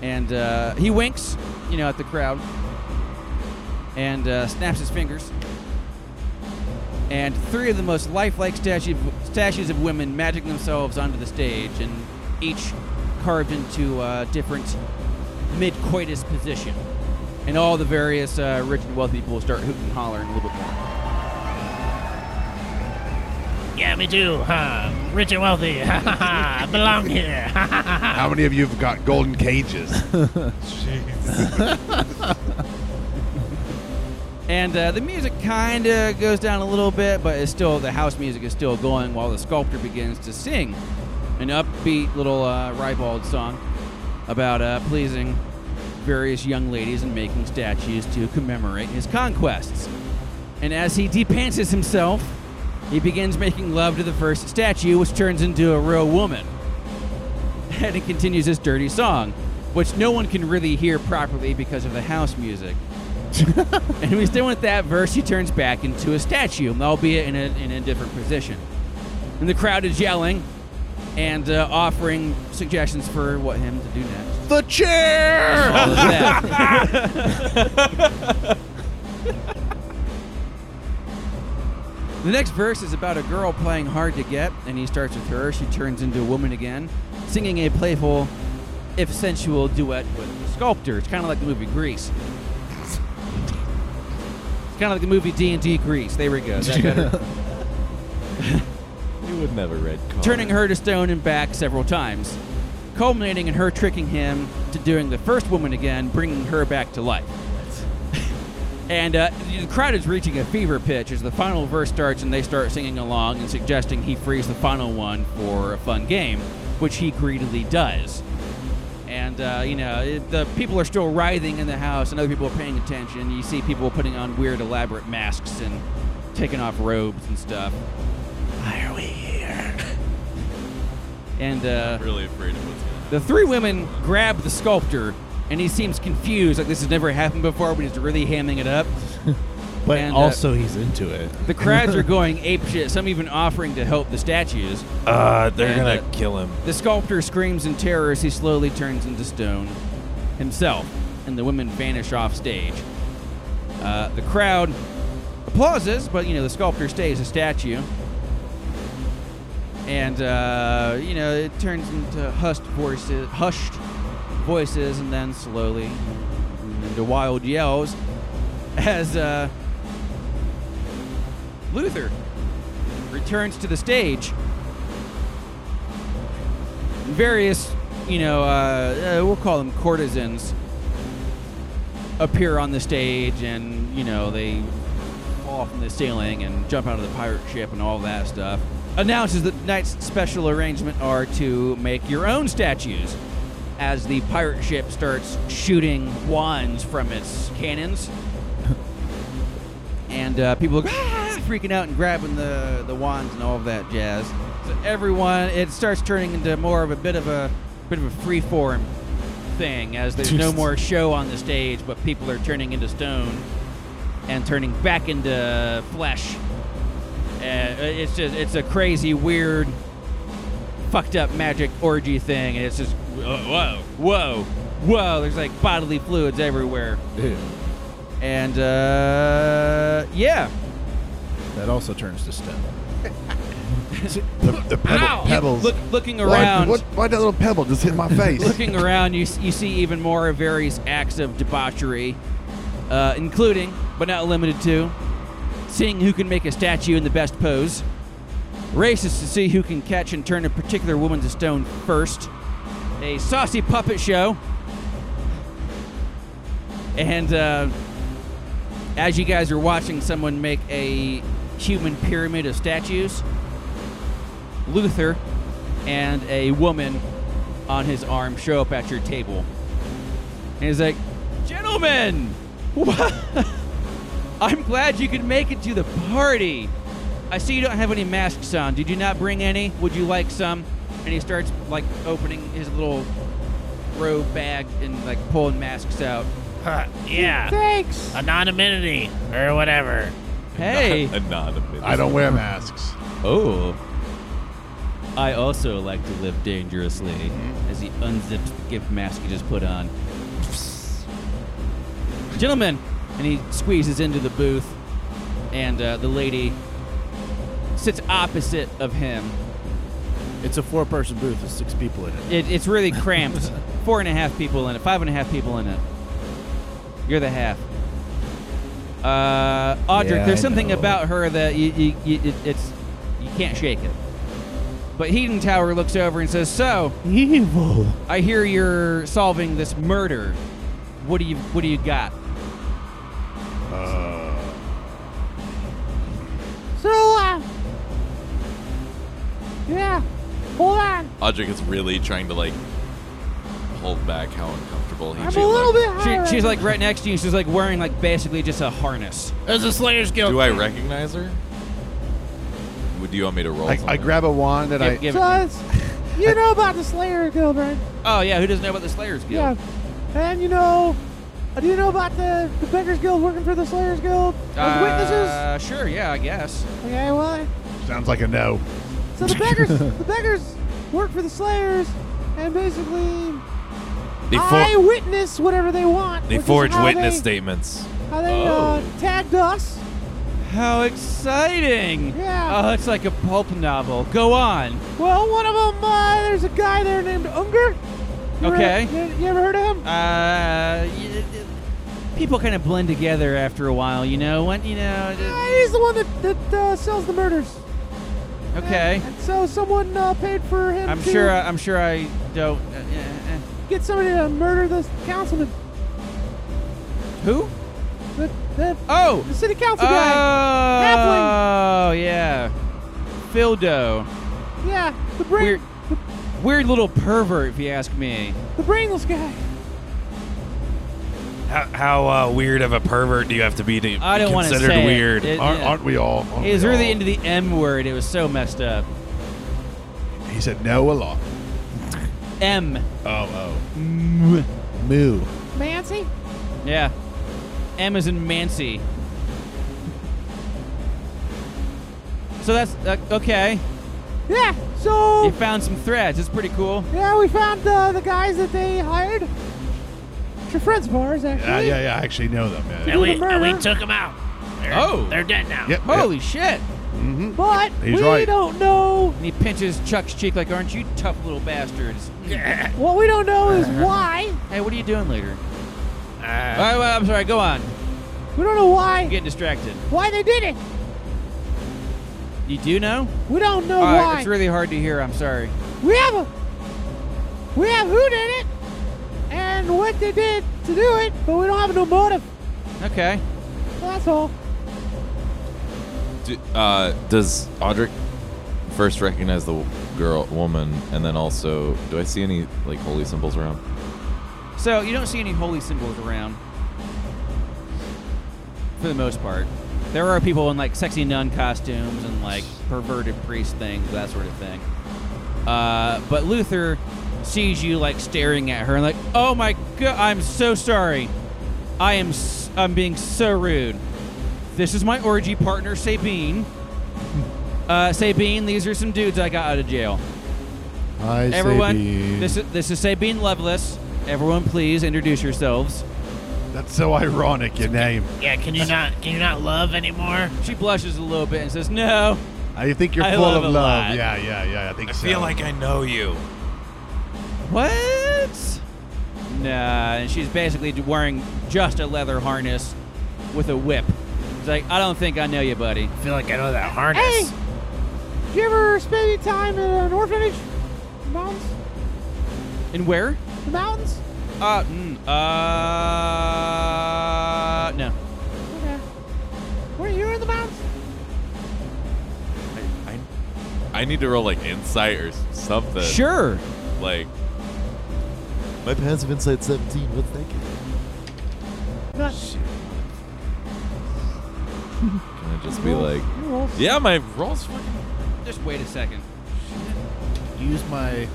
Speaker 2: and uh, he winks, you know, at the crowd, and uh, snaps his fingers. And three of the most lifelike statue, statues of women magic themselves onto the stage, and each carved into uh, different mid coitus position. And all the various uh, rich and wealthy people start hooting and hollering a little bit more.
Speaker 1: Yeah, me too, huh? Rich and wealthy, ha ha ha. Belong here, ha ha ha.
Speaker 5: How many of you have got golden cages?
Speaker 2: And uh, the music kind of goes down a little bit, but it's still the house music is still going while the sculptor begins to sing an upbeat little uh, ribald song about uh, pleasing various young ladies and making statues to commemorate his conquests. And as he depantses himself, he begins making love to the first statue, which turns into a real woman. And it continues his dirty song, which no one can really hear properly because of the house music. And when he's done with that verse, he turns back into a statue, albeit in a, in a different position. And the crowd is yelling and uh, offering suggestions for what him to do next. The chair! All of that. the next verse is about a girl playing hard to get, and he starts with her. She turns into a woman again, singing a playful, if sensual, duet with the sculptor. It's kind of like the movie Grease. It's kind of like the movie D and D Grease. There we go. Is that better?
Speaker 7: You would never read. Colin.
Speaker 2: turning her to stone and back several times, culminating in her tricking him to doing the first woman again, bringing her back to life. and uh, the crowd is reaching a fever pitch as the final verse starts and they start singing along and suggesting he frees the final one for a fun game, which he greedily does. And, uh, you know, it, the people are still writhing in the house and other people are paying attention. You see people putting on weird, elaborate masks and taking off robes and stuff. Why are we here? and uh,
Speaker 7: Really afraid of what's gonna
Speaker 2: the three women grab the sculptor, and he seems confused, like this has never happened before, but he's really hamming it up.
Speaker 9: But
Speaker 2: And, uh,
Speaker 9: also, he's into it.
Speaker 2: The crowds are going apeshit, some even offering to help the statues.
Speaker 7: happen. Uh, they're
Speaker 2: And,
Speaker 7: gonna
Speaker 2: uh,
Speaker 7: kill him.
Speaker 2: The sculptor screams in terror as he slowly turns into stone himself, and the women vanish off stage. Uh, the crowd applauses, but you know the sculptor stays a statue, and uh, you know it turns into hushed voices, hushed voices, and then slowly into wild yells as uh, Luther returns to the stage various, you know, uh, uh, we'll call them courtesans, appear on the stage and, you know, they fall from the ceiling and jump out of the pirate ship and all that stuff. Announces that tonight's special arrangement are to make your own statues as the pirate ship starts shooting wands from its cannons. and uh, people are "Ah!" freaking out and grabbing the, the wands and all of that jazz. So everyone, it starts turning into more of a bit of a bit of a freeform thing as there's no more show on the stage, but people are turning into stone and turning back into flesh. Uh, it's just it's a crazy, weird, fucked up magic orgy thing, and it's just whoa, whoa, whoa, whoa. There's like bodily fluids everywhere. And uh, yeah,
Speaker 9: That also turns to stone.
Speaker 5: the pebble,
Speaker 2: Ow!
Speaker 5: pebbles.
Speaker 2: Look, looking
Speaker 5: why,
Speaker 2: around,
Speaker 5: what, why'd that little pebble just hit my face?
Speaker 2: looking around, you s- you see even more various acts of debauchery, uh, including but not limited to seeing who can make a statue in the best pose, races to see who can catch and turn a particular woman to stone first, a saucy puppet show, and uh, as you guys are watching someone make a human pyramid of statues, Luther and a woman on his arm show up at your table. And he's like, Gentlemen, what? I'm glad you could make it to the party. I see you don't have any masks on. Did you not bring any? Would you like some? And he starts like opening his little robe bag and like pulling masks out.
Speaker 1: Huh, yeah. Thanks. Anonymity or whatever.
Speaker 2: Hey,
Speaker 7: Anonymous.
Speaker 5: I don't wear masks.
Speaker 8: Oh. I also like to live dangerously.
Speaker 2: as he unzips the gift mask he just put on. Gentlemen, and he squeezes into the booth, and uh, the lady sits opposite of him,
Speaker 9: It's a four-person booth. There's six people in it.
Speaker 2: It, it's really cramped. Four and a half people in it. Five and a half people in it. You're the half. Uh, Audric,
Speaker 8: Yeah,
Speaker 2: there's
Speaker 8: I
Speaker 2: something
Speaker 8: know.
Speaker 2: about her that you, you, you, it, it's you can't shake it. But Heaton Tower looks over and says, "So,
Speaker 4: Evil.
Speaker 2: I hear you're solving this murder. What do you What do you got?
Speaker 4: So, uh. Yeah. Hold on.
Speaker 7: Audric is really trying to like hold back how uncomfortable he
Speaker 4: I'm
Speaker 7: she
Speaker 4: a little
Speaker 7: looked.
Speaker 4: bit higher.
Speaker 2: She, she's like right next to you. She's like wearing like basically just a harness.
Speaker 1: There's a Slayer's Guild.
Speaker 7: Do I recognize her? Would you want me to roll?
Speaker 6: I, I
Speaker 7: something?
Speaker 6: grab a wand and I.
Speaker 2: Give- give it to
Speaker 4: So
Speaker 2: me.
Speaker 4: it's, you know about the Slayer Guild, right?
Speaker 2: Oh yeah, who doesn't know about the Slayers Guild?
Speaker 4: Yeah. And you know, uh, do you know about the, the Beggars Guild working for the Slayers Guild as witnesses?
Speaker 2: Uh, sure, yeah, I guess.
Speaker 4: Okay, well, I-
Speaker 5: Sounds like a no.
Speaker 4: so the Beggars, the Beggars work for the Slayers, and basically,
Speaker 3: They, for-
Speaker 4: I witness whatever they want.
Speaker 3: they
Speaker 4: which is
Speaker 3: forge
Speaker 4: how
Speaker 3: witness
Speaker 4: They,
Speaker 3: statements.
Speaker 4: how they uh, tagged us.
Speaker 2: How exciting!
Speaker 4: Yeah.
Speaker 2: Oh, it's like a pulp novel. Go on.
Speaker 4: Well, one of them, uh, there's a guy there named Unger. You ever-
Speaker 2: Okay.
Speaker 4: you, you ever heard of him?
Speaker 2: Uh, y- y- people kind of blend together after a while, you know. What you know?
Speaker 4: Uh,
Speaker 2: d-
Speaker 4: he's the one that, that uh, sells the murders.
Speaker 2: Okay.
Speaker 4: And so someone uh, paid for him
Speaker 2: I'm
Speaker 4: to
Speaker 2: sure. uh, I, I'm sure I don't. Uh, uh,
Speaker 4: get somebody to murder the councilman,
Speaker 2: uh, who?
Speaker 4: the, the,
Speaker 2: Oh.
Speaker 4: the city council guy.
Speaker 2: Oh. yeah. Phildo.
Speaker 4: Yeah, the brain,
Speaker 2: Weird. Weird little pervert, if you ask me.
Speaker 4: the brainless guy.
Speaker 3: How, how uh, weird of a pervert do you have to be to
Speaker 2: I don't
Speaker 3: be
Speaker 2: want to
Speaker 3: considered
Speaker 2: say it.
Speaker 3: weird?
Speaker 2: It-
Speaker 5: Aren't,
Speaker 2: yeah.
Speaker 5: aren't we all? Aren't
Speaker 2: It was
Speaker 5: we
Speaker 2: really
Speaker 5: all?
Speaker 2: into the M word. It was so messed up.
Speaker 5: He said no a lot.
Speaker 2: M.
Speaker 5: Oh, oh.
Speaker 9: Moo.
Speaker 4: Mancy?
Speaker 2: Yeah. M is in Mancy. So that's uh, okay.
Speaker 4: Yeah, so,
Speaker 2: You found some threads. It's pretty cool.
Speaker 4: yeah, we found uh, the guys that they hired. It's your friends of ours, actually.
Speaker 5: Yeah, yeah, yeah. I actually know them. Yeah.
Speaker 1: And we,
Speaker 4: the
Speaker 1: and we
Speaker 4: murder.
Speaker 1: took them out. They're,
Speaker 2: Oh.
Speaker 1: They're dead now.
Speaker 5: Yep.
Speaker 2: Holy shit!
Speaker 4: But
Speaker 5: He's
Speaker 4: we
Speaker 5: right.
Speaker 4: don't know,
Speaker 2: And he pinches Chuck's cheek like, "Aren't you tough little bastards?"
Speaker 4: what we don't know is why.
Speaker 2: Hey, what are you doing later?
Speaker 1: Uh,
Speaker 2: All right, Oh, well, I'm sorry. Go on.
Speaker 4: We don't know
Speaker 2: I'm
Speaker 4: why,
Speaker 2: getting distracted.
Speaker 4: why they did it.
Speaker 2: You do know?
Speaker 4: We don't know
Speaker 2: All right,
Speaker 4: why.
Speaker 2: it's really hard to hear. I'm sorry.
Speaker 4: We have a, we have who did it and what they did to do it, but we don't have no motive.
Speaker 2: Okay.
Speaker 4: That's all.
Speaker 7: Do, uh, does Audric first recognize the girl woman, and then also do I see any like holy symbols around?
Speaker 2: So you don't see any holy symbols around, for the most part. There are people in like sexy nun costumes and like perverted priest things, that sort of thing. Uh, but Luther sees you like staring at her and like, oh my god, I'm so sorry. I am s- I'm being so rude. This is my orgy partner Sabine. Uh, Sabine, these are some dudes I got out of jail.
Speaker 9: Hi,
Speaker 2: Everyone,
Speaker 9: Sabine.
Speaker 2: this is this is Sabine Loveless. Everyone, please introduce yourselves.
Speaker 5: That's so ironic. Your name.
Speaker 1: yeah. Can you not? Can you not love anymore?
Speaker 2: She blushes a little bit and says, "No."
Speaker 5: I think you're
Speaker 2: I
Speaker 5: full
Speaker 2: love
Speaker 5: of
Speaker 2: it a
Speaker 5: love.
Speaker 2: lot.
Speaker 5: Yeah, yeah, yeah. I think
Speaker 3: I
Speaker 5: so.
Speaker 3: feel like I know you.
Speaker 2: What? Nah. And she's basically wearing just a leather harness with a whip. It's like, I don't think I know you, buddy.
Speaker 1: I feel like I know that harness.
Speaker 4: Hey! Did you ever spend any time in an orphanage? Mountains?
Speaker 2: And where?
Speaker 4: The mountains?
Speaker 2: Uh, mm, uh, no.
Speaker 4: Okay. Weren't you in the mountains?
Speaker 7: I need to roll like insight or something.
Speaker 2: Sure.
Speaker 7: Like my passive insight seventeen. What's that?
Speaker 4: Not-
Speaker 7: Can I just be like,
Speaker 4: You roll.
Speaker 7: yeah, my rolls fucking
Speaker 2: Just wait a second.
Speaker 9: Use my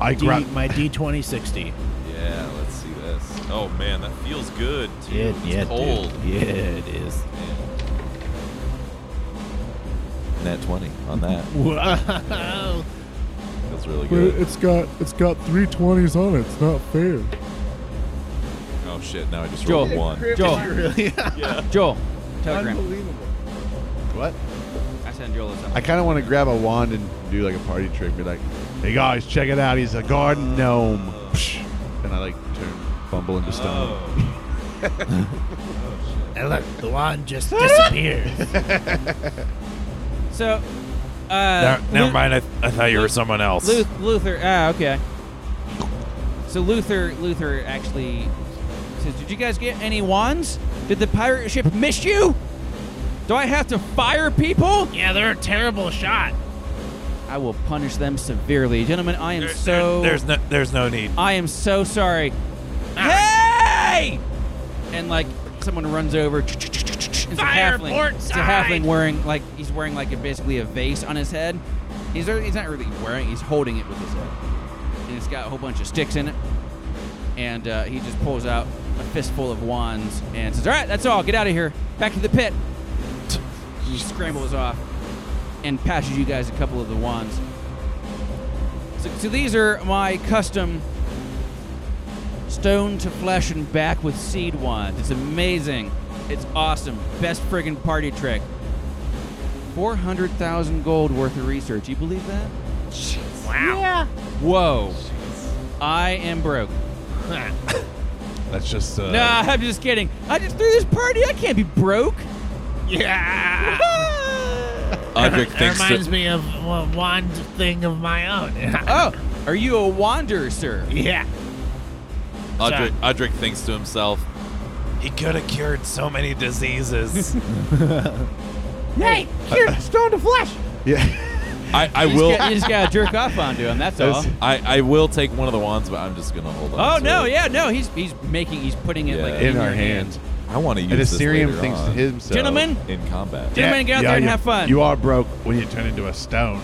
Speaker 5: I
Speaker 9: D,
Speaker 5: grab.
Speaker 9: my D twenty sixty.
Speaker 7: Yeah, let's see this. Oh man, that feels good too.
Speaker 8: Yeah,
Speaker 7: it's
Speaker 8: yeah, dude.
Speaker 7: cold.
Speaker 8: Yeah, it is.
Speaker 7: Nat twenty on that
Speaker 5: Whoa.
Speaker 7: feels really good.
Speaker 9: got it's got three twenties on it. It's not fair.
Speaker 7: Oh shit! Now I just
Speaker 2: Joel.
Speaker 7: rolled one.
Speaker 2: Joel, Joel, telegram.
Speaker 6: Unbelievable.
Speaker 5: What?
Speaker 2: I Sandriola is
Speaker 5: I kind of want to grab a wand and do like a party trick. Be like, hey guys, check it out. He's a
Speaker 2: Uh.
Speaker 5: garden gnome. Psh. And I like turn fumble into stone.
Speaker 2: Oh.
Speaker 1: And look, the wand just disappears.
Speaker 2: So, uh,
Speaker 3: Ne- never
Speaker 2: Lu-
Speaker 3: mind. I, I thought you were someone else.
Speaker 2: Lu- Luther. Ah, okay. So Luther, Luther actually says, "Did you guys get any wands? Did the pirate ship miss you? Do I have to fire people?
Speaker 1: yeah, they're a terrible shot.
Speaker 2: I will punish them severely, gentlemen. I am
Speaker 3: There- there-
Speaker 2: so
Speaker 3: there's no there's no need.
Speaker 2: I am so sorry. Hey! And like someone runs over. It's a
Speaker 1: Fire
Speaker 2: halfling.
Speaker 1: port
Speaker 2: It's a
Speaker 1: side!
Speaker 2: halfling wearing like he's wearing like a, basically a vase on his head. He's there, he's not really wearing. He's holding it with his head, and it's got a whole bunch of sticks in it. And uh, he just pulls out a fistful of wands and says, "All right, that's all. Get out of here. Back to the pit." He scrambles off and passes you guys a couple of the wands. So, so these are my custom stone to flesh and back with seed wand. It's amazing. It's awesome. Best friggin' party trick. 400,000 gold worth of research. You believe that?
Speaker 1: Wow.
Speaker 2: Whoa. I am broke.
Speaker 5: That's just. Uh,
Speaker 2: nah, I'm just kidding. I just threw this party. I can't be broke. Ah.
Speaker 1: Yeah.
Speaker 7: Audric
Speaker 1: That
Speaker 7: thinks
Speaker 1: reminds
Speaker 7: that,
Speaker 1: me of a wand thing of my own.
Speaker 2: Oh, are you a wanderer, sir?
Speaker 1: yeah.
Speaker 7: Audric, Audric thinks to himself,
Speaker 3: He could have cured so many diseases.
Speaker 4: Hey, here, stone to flesh.
Speaker 5: Yeah.
Speaker 7: I, I
Speaker 2: You
Speaker 7: will
Speaker 2: just, gotta, you just gotta jerk off onto him. That's all.
Speaker 7: I, I will take one of the wands, but I'm just gonna hold on.
Speaker 2: Oh
Speaker 7: to
Speaker 2: no,
Speaker 7: it.
Speaker 2: yeah, no. He's he's making he's putting it
Speaker 7: Yeah.
Speaker 2: like
Speaker 7: In
Speaker 2: in,
Speaker 5: our
Speaker 2: your
Speaker 5: hand.
Speaker 2: hand.
Speaker 7: I want to use
Speaker 5: And
Speaker 7: this
Speaker 5: Assyrium
Speaker 7: later
Speaker 5: thinks to
Speaker 7: on
Speaker 5: himself.
Speaker 2: Gentlemen,
Speaker 7: in combat.
Speaker 2: gentlemen, get out there and
Speaker 5: you-
Speaker 2: have fun.
Speaker 5: You are broke when you turn into a stone.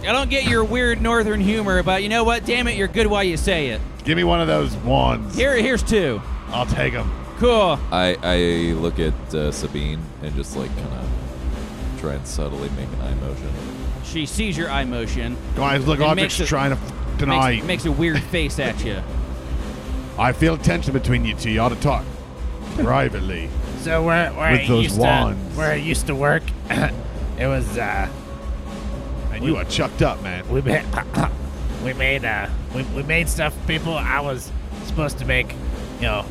Speaker 2: I don't get your weird northern humor, but you know what? Damn it, you're good while you say it.
Speaker 5: Give me one of those wands.
Speaker 2: Here, here's two.
Speaker 5: I'll take them.
Speaker 2: Cool.
Speaker 7: I, I look at uh, Sabine and just like kind of try and subtly make an eye motion.
Speaker 2: She sees your eye motion,
Speaker 5: Guys, look,
Speaker 2: It
Speaker 5: Audric's
Speaker 2: makes it-
Speaker 5: trying to f- deny.
Speaker 2: makes, makes a weird face at you.
Speaker 5: I feel tension between you two. You ought to talk privately.
Speaker 1: So where where
Speaker 5: With
Speaker 1: I
Speaker 5: those
Speaker 1: used
Speaker 5: wands.
Speaker 1: to where I used to work, it was uh,
Speaker 5: And you are chucked up, man.
Speaker 1: we made we made uh we, we made stuff. for People, I was supposed to make, you know,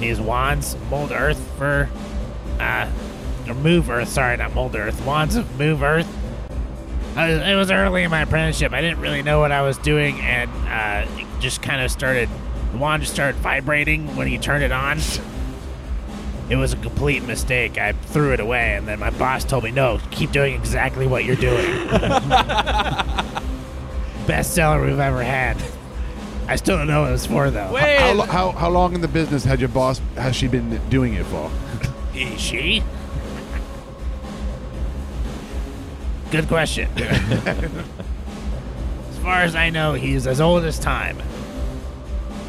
Speaker 1: these wands mold earth for uh or move earth. Sorry, not mold earth. Wands of move earth. I was, it was early in my apprenticeship. I didn't really know what I was doing, and uh, it just kind of started. The wand just started vibrating when you turned it on. It was a complete mistake. I threw it away, and then my boss told me, "No, keep doing exactly what you're doing." Best seller we've ever had. I still don't know what it was for, though.
Speaker 2: Wait,
Speaker 5: How, lo- how, how long in the business had your boss, has she been doing it for?
Speaker 1: Is she? Good question. as far as I know, he's as old as time.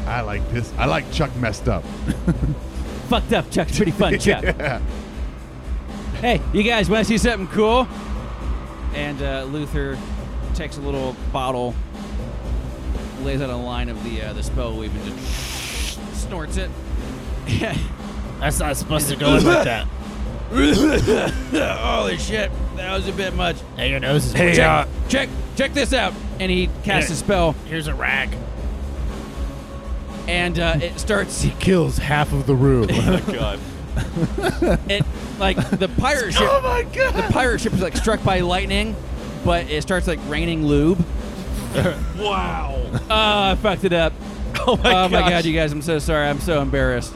Speaker 5: I like this. I like Chuck messed up.
Speaker 2: fucked up, Chuck. Pretty fun, Chuck. Hey, you guys want to see something cool? And uh, Luther takes a little bottle, lays out a line of the uh, the spell weave, and just snorts it.
Speaker 1: That's not supposed to go in like that.
Speaker 2: Holy shit, that was a bit much.
Speaker 1: Now your nose is.
Speaker 3: hey,
Speaker 1: protected.
Speaker 3: uh,
Speaker 2: Check, check this out. And he casts a spell,
Speaker 1: here's a rag.
Speaker 2: and uh, it starts.
Speaker 12: Kills half of the room.
Speaker 2: It like the pirate ship. oh my god! The pirate ship is like struck by lightning, but it starts like raining lube. wow! Uh, I fucked it up. Oh my, oh my god, you guys! I'm so sorry. I'm so embarrassed.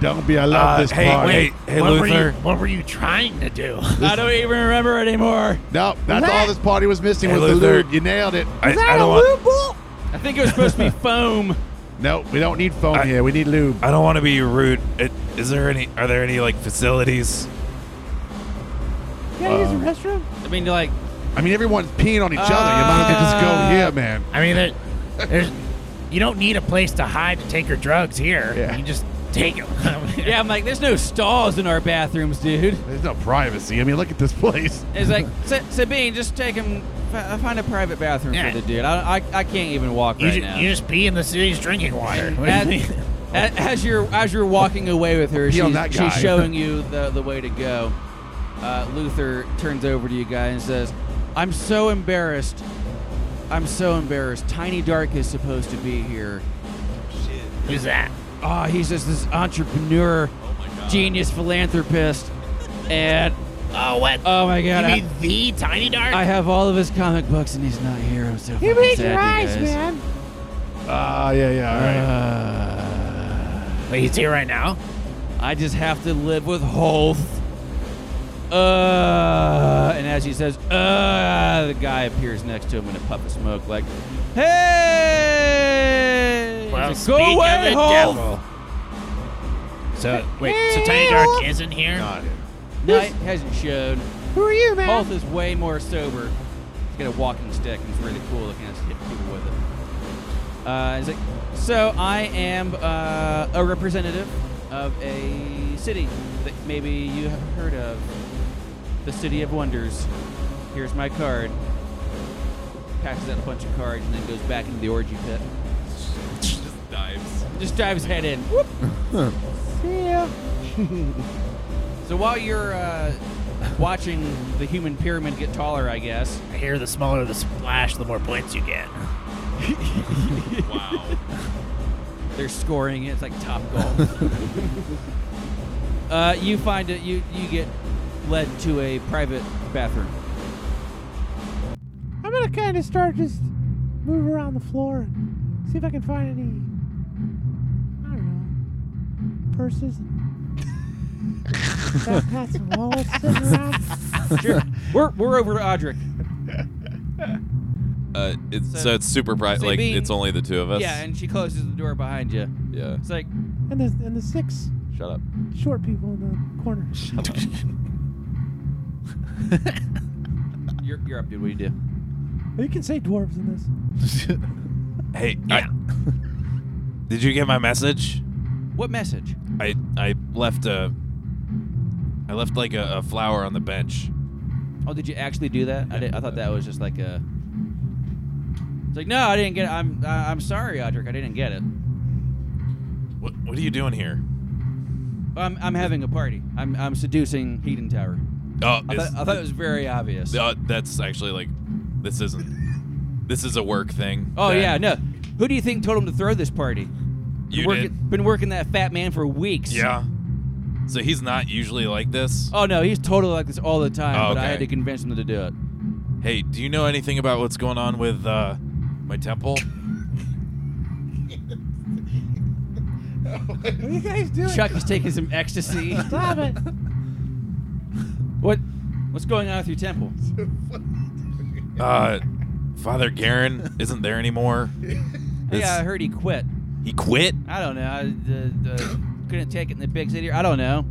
Speaker 5: Don't be, I love
Speaker 3: Uh,
Speaker 5: this
Speaker 3: hey,
Speaker 5: party.
Speaker 3: wait. Hey,
Speaker 1: what Were you,
Speaker 3: Luther.
Speaker 1: what were you trying to do?
Speaker 2: I don't even remember anymore.
Speaker 5: No, that's all this party was missing
Speaker 3: Hey,
Speaker 5: was the
Speaker 3: Luther.
Speaker 5: lube. You nailed it.
Speaker 3: I, I don't want.
Speaker 2: I think it was supposed to be foam.
Speaker 5: No, we don't need foam
Speaker 3: I-
Speaker 5: here. We need lube.
Speaker 3: I don't want to be rude. It, is there any? Are there any like facilities?
Speaker 4: Can I use the restroom?
Speaker 2: I mean, like,
Speaker 5: I mean, everyone's peeing on each other. You might as well just
Speaker 2: Uh,
Speaker 5: go here, man.
Speaker 1: I mean, there, there's. You don't need a place to hide to take your drugs here.
Speaker 5: Yeah.
Speaker 1: You just take them.
Speaker 2: yeah, I'm like, there's no stalls in our bathrooms, dude.
Speaker 5: There's no privacy. I mean, look at this place.
Speaker 2: It's like "Sa- Sabine, just take him. fi- Find a private bathroom
Speaker 1: Yeah.
Speaker 2: for the dude. I, I, I can't even walk
Speaker 1: You,
Speaker 2: right
Speaker 1: ju-
Speaker 2: now.
Speaker 1: you just pee in the city's drinking water. What do you
Speaker 2: as,
Speaker 1: mean?
Speaker 2: a- as you're as you're walking away with her,
Speaker 5: Pee on
Speaker 2: she's,
Speaker 5: that guy.
Speaker 2: she's showing you the the way to go. uh, Luther turns over to you guys and says, I'm so embarrassed. I'm so embarrassed. Tiny Dark is supposed to be here.
Speaker 1: Who's that?
Speaker 2: Oh, he's just this entrepreneur, genius philanthropist. And
Speaker 1: Oh, what?
Speaker 2: oh my
Speaker 1: you
Speaker 2: god, I,
Speaker 1: mean the Tiny Dark?
Speaker 2: I have all of his comic books and he's not here. I'm so fucking sad, you guys.
Speaker 5: Ah, yeah, yeah. All right.
Speaker 3: Uh,
Speaker 2: Uh,
Speaker 1: Wait, he's here right now?
Speaker 2: I just have to live with Hoth. Uh, and as he says, uh, the guy appears next to him in a puff of smoke, like, hey!
Speaker 1: Well,
Speaker 2: He's
Speaker 1: speak
Speaker 2: like,
Speaker 1: of the
Speaker 2: Hoth!"
Speaker 1: devil. So, wait, so Tiny Dark isn't here?
Speaker 2: No, it hasn't shown.
Speaker 4: Who are you, man?
Speaker 2: Hoth is way more sober. He's got a walking stick and it's really cool looking at people with it. Uh, he's like, so I am uh, a representative of a city that maybe you have heard of, the City of Wonders. Here's my card. Passes out a bunch of cards and then goes back into the orgy pit.
Speaker 7: Just dives.
Speaker 2: Just dives head in. Whoop.
Speaker 4: See ya.
Speaker 2: So while you're uh, watching the human pyramid get taller, I guess.
Speaker 1: I hear the smaller the splash, the more points you get.
Speaker 7: Wow.
Speaker 2: They're scoring it. It's like top golf. uh, you find it. You you get led to a private bathroom.
Speaker 4: I'm gonna kind of start just move around the floor and see if I can find any, I don't know, purses, backpacks, and wallets sitting around.
Speaker 2: Sure. we're we're over to Audric.
Speaker 7: Uh, it's, so,
Speaker 2: So-
Speaker 7: it's super bright.
Speaker 2: so
Speaker 7: like
Speaker 2: being-
Speaker 7: it's only the two of us.
Speaker 2: Yeah, and she closes the door behind you.
Speaker 7: yeah.
Speaker 2: It's like
Speaker 4: And the, and the six
Speaker 7: Shut up.
Speaker 4: short people in the corner.
Speaker 2: you're you're up, dude. What do you do?
Speaker 4: You can say dwarves in this.
Speaker 3: Hey,
Speaker 1: Yeah.
Speaker 3: did you get my message?
Speaker 2: What message?
Speaker 3: I I left a I left like a, a flower on the bench.
Speaker 2: Oh, did you actually do that? I, did, I thought that was just like a. It's like no, I didn't get. It. I'm I, I'm sorry, Audric. I didn't get it.
Speaker 3: What what are you doing here?
Speaker 2: I'm I'm having a party. I'm I'm seducing Heaton Tower.
Speaker 3: Oh,
Speaker 2: I
Speaker 3: is-
Speaker 2: thought, I thought it was very obvious.
Speaker 3: uh, that's actually like this isn't this is a work thing.
Speaker 2: Oh
Speaker 3: that
Speaker 2: yeah, no. Who do you think told him to throw this party?
Speaker 3: You
Speaker 2: been working,
Speaker 3: did.
Speaker 2: been working that fat man for weeks.
Speaker 3: Yeah. So he's not usually like this.
Speaker 2: Oh no, he's totally like this all the time.
Speaker 3: Oh,
Speaker 2: but I
Speaker 3: okay.
Speaker 2: had to convince him to do it.
Speaker 3: Hey, do you know anything about what's going on with uh, my temple?
Speaker 4: What are you guys doing?
Speaker 2: Chuck is taking some ecstasy.
Speaker 4: Stop it.
Speaker 2: what? What's going on with your temple?
Speaker 3: Uh, Father Garen isn't there anymore. It's-
Speaker 2: yeah, I heard he quit.
Speaker 3: He quit.
Speaker 2: I don't know. I uh, uh, couldn't take it in the big city. I don't know.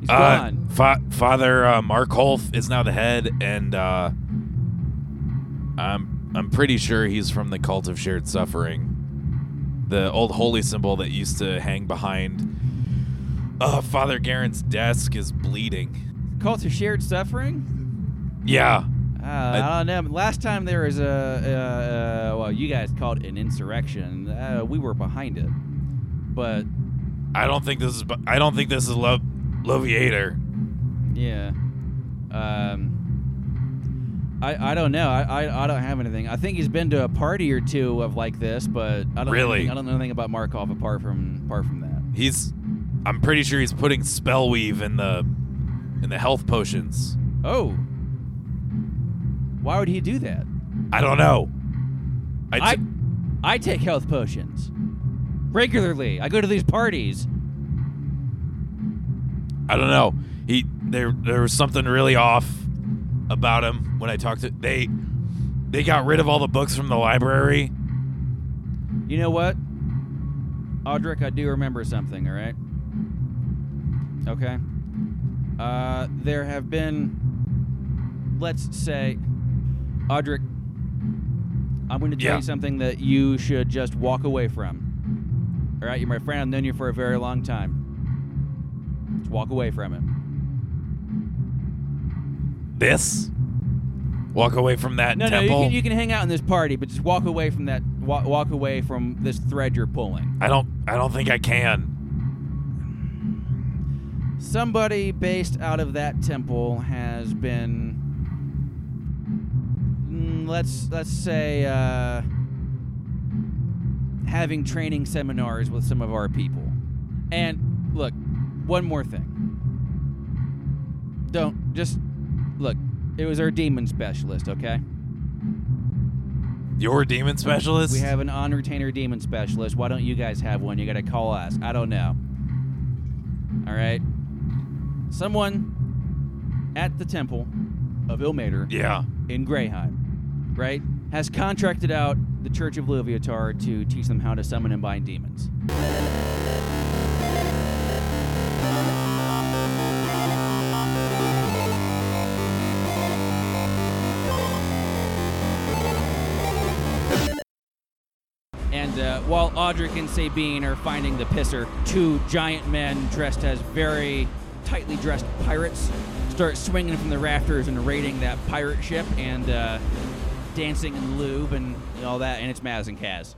Speaker 2: He's
Speaker 3: Uh,
Speaker 2: gone.
Speaker 3: fa- Father uh, Markholf is now the head, and uh, I'm I'm pretty sure he's from the Cult of Shared Suffering, the old holy symbol that used to hang behind. Uh, Father Garen's desk is bleeding.
Speaker 2: Cult of shared suffering.
Speaker 3: Yeah,
Speaker 2: Uh, I, don't know. Last time there was a uh, uh, well, you guys called it an insurrection. Uh, we were behind it, but
Speaker 3: I don't think this is. bu- I don't think this is Lo- Loviator.
Speaker 2: Yeah. Um. I, I don't know. I, I I don't have anything. I think he's been to a party or two of like this, but I don't know
Speaker 3: Really?
Speaker 2: anything- I don't know anything about Markov apart from apart from that.
Speaker 3: He's. I'm pretty sure he's putting spellweave in the, in the health potions.
Speaker 2: Oh. Why would he do that?
Speaker 3: I don't know. I
Speaker 2: I
Speaker 3: t-
Speaker 2: I take health potions regularly. I go to these parties.
Speaker 3: I don't know. He there there was something really off about him when I talked to they they got rid of all the books from the library.
Speaker 2: You know what? Audric, I do remember something, all right? Okay. Uh, there have been, let's say, Audric, I'm going to tell
Speaker 3: Yeah.
Speaker 2: you something that you should just walk away from. All right, you're my friend. I've known you for a very long time. Just walk away from it.
Speaker 3: This walk away from that
Speaker 2: No,
Speaker 3: temple.
Speaker 2: no, you can, you can hang out in this party, but just walk away from that. Walk, walk away from this thread you're pulling.
Speaker 3: I don't I don't think I can.
Speaker 2: somebody based out of that temple has been mm, let's let's say uh, having training seminars with some of our people and look one more thing don't just look it was our demon specialist okay
Speaker 3: Your demon specialist?
Speaker 2: we have an on retainer demon specialist. Why don't you guys have one? You gotta call us. I don't know. All right. Someone at the temple of Ilmater
Speaker 3: Yeah.
Speaker 2: in Greyheim, right, has contracted out the Church of Leviotar to teach them how to summon and bind demons. And uh, while Audric and Sabine are finding the pisser, two giant men dressed as very tightly dressed pirates start swinging from the rafters and raiding that pirate ship and uh, dancing and lube and all that. And it's Maz and Kaz.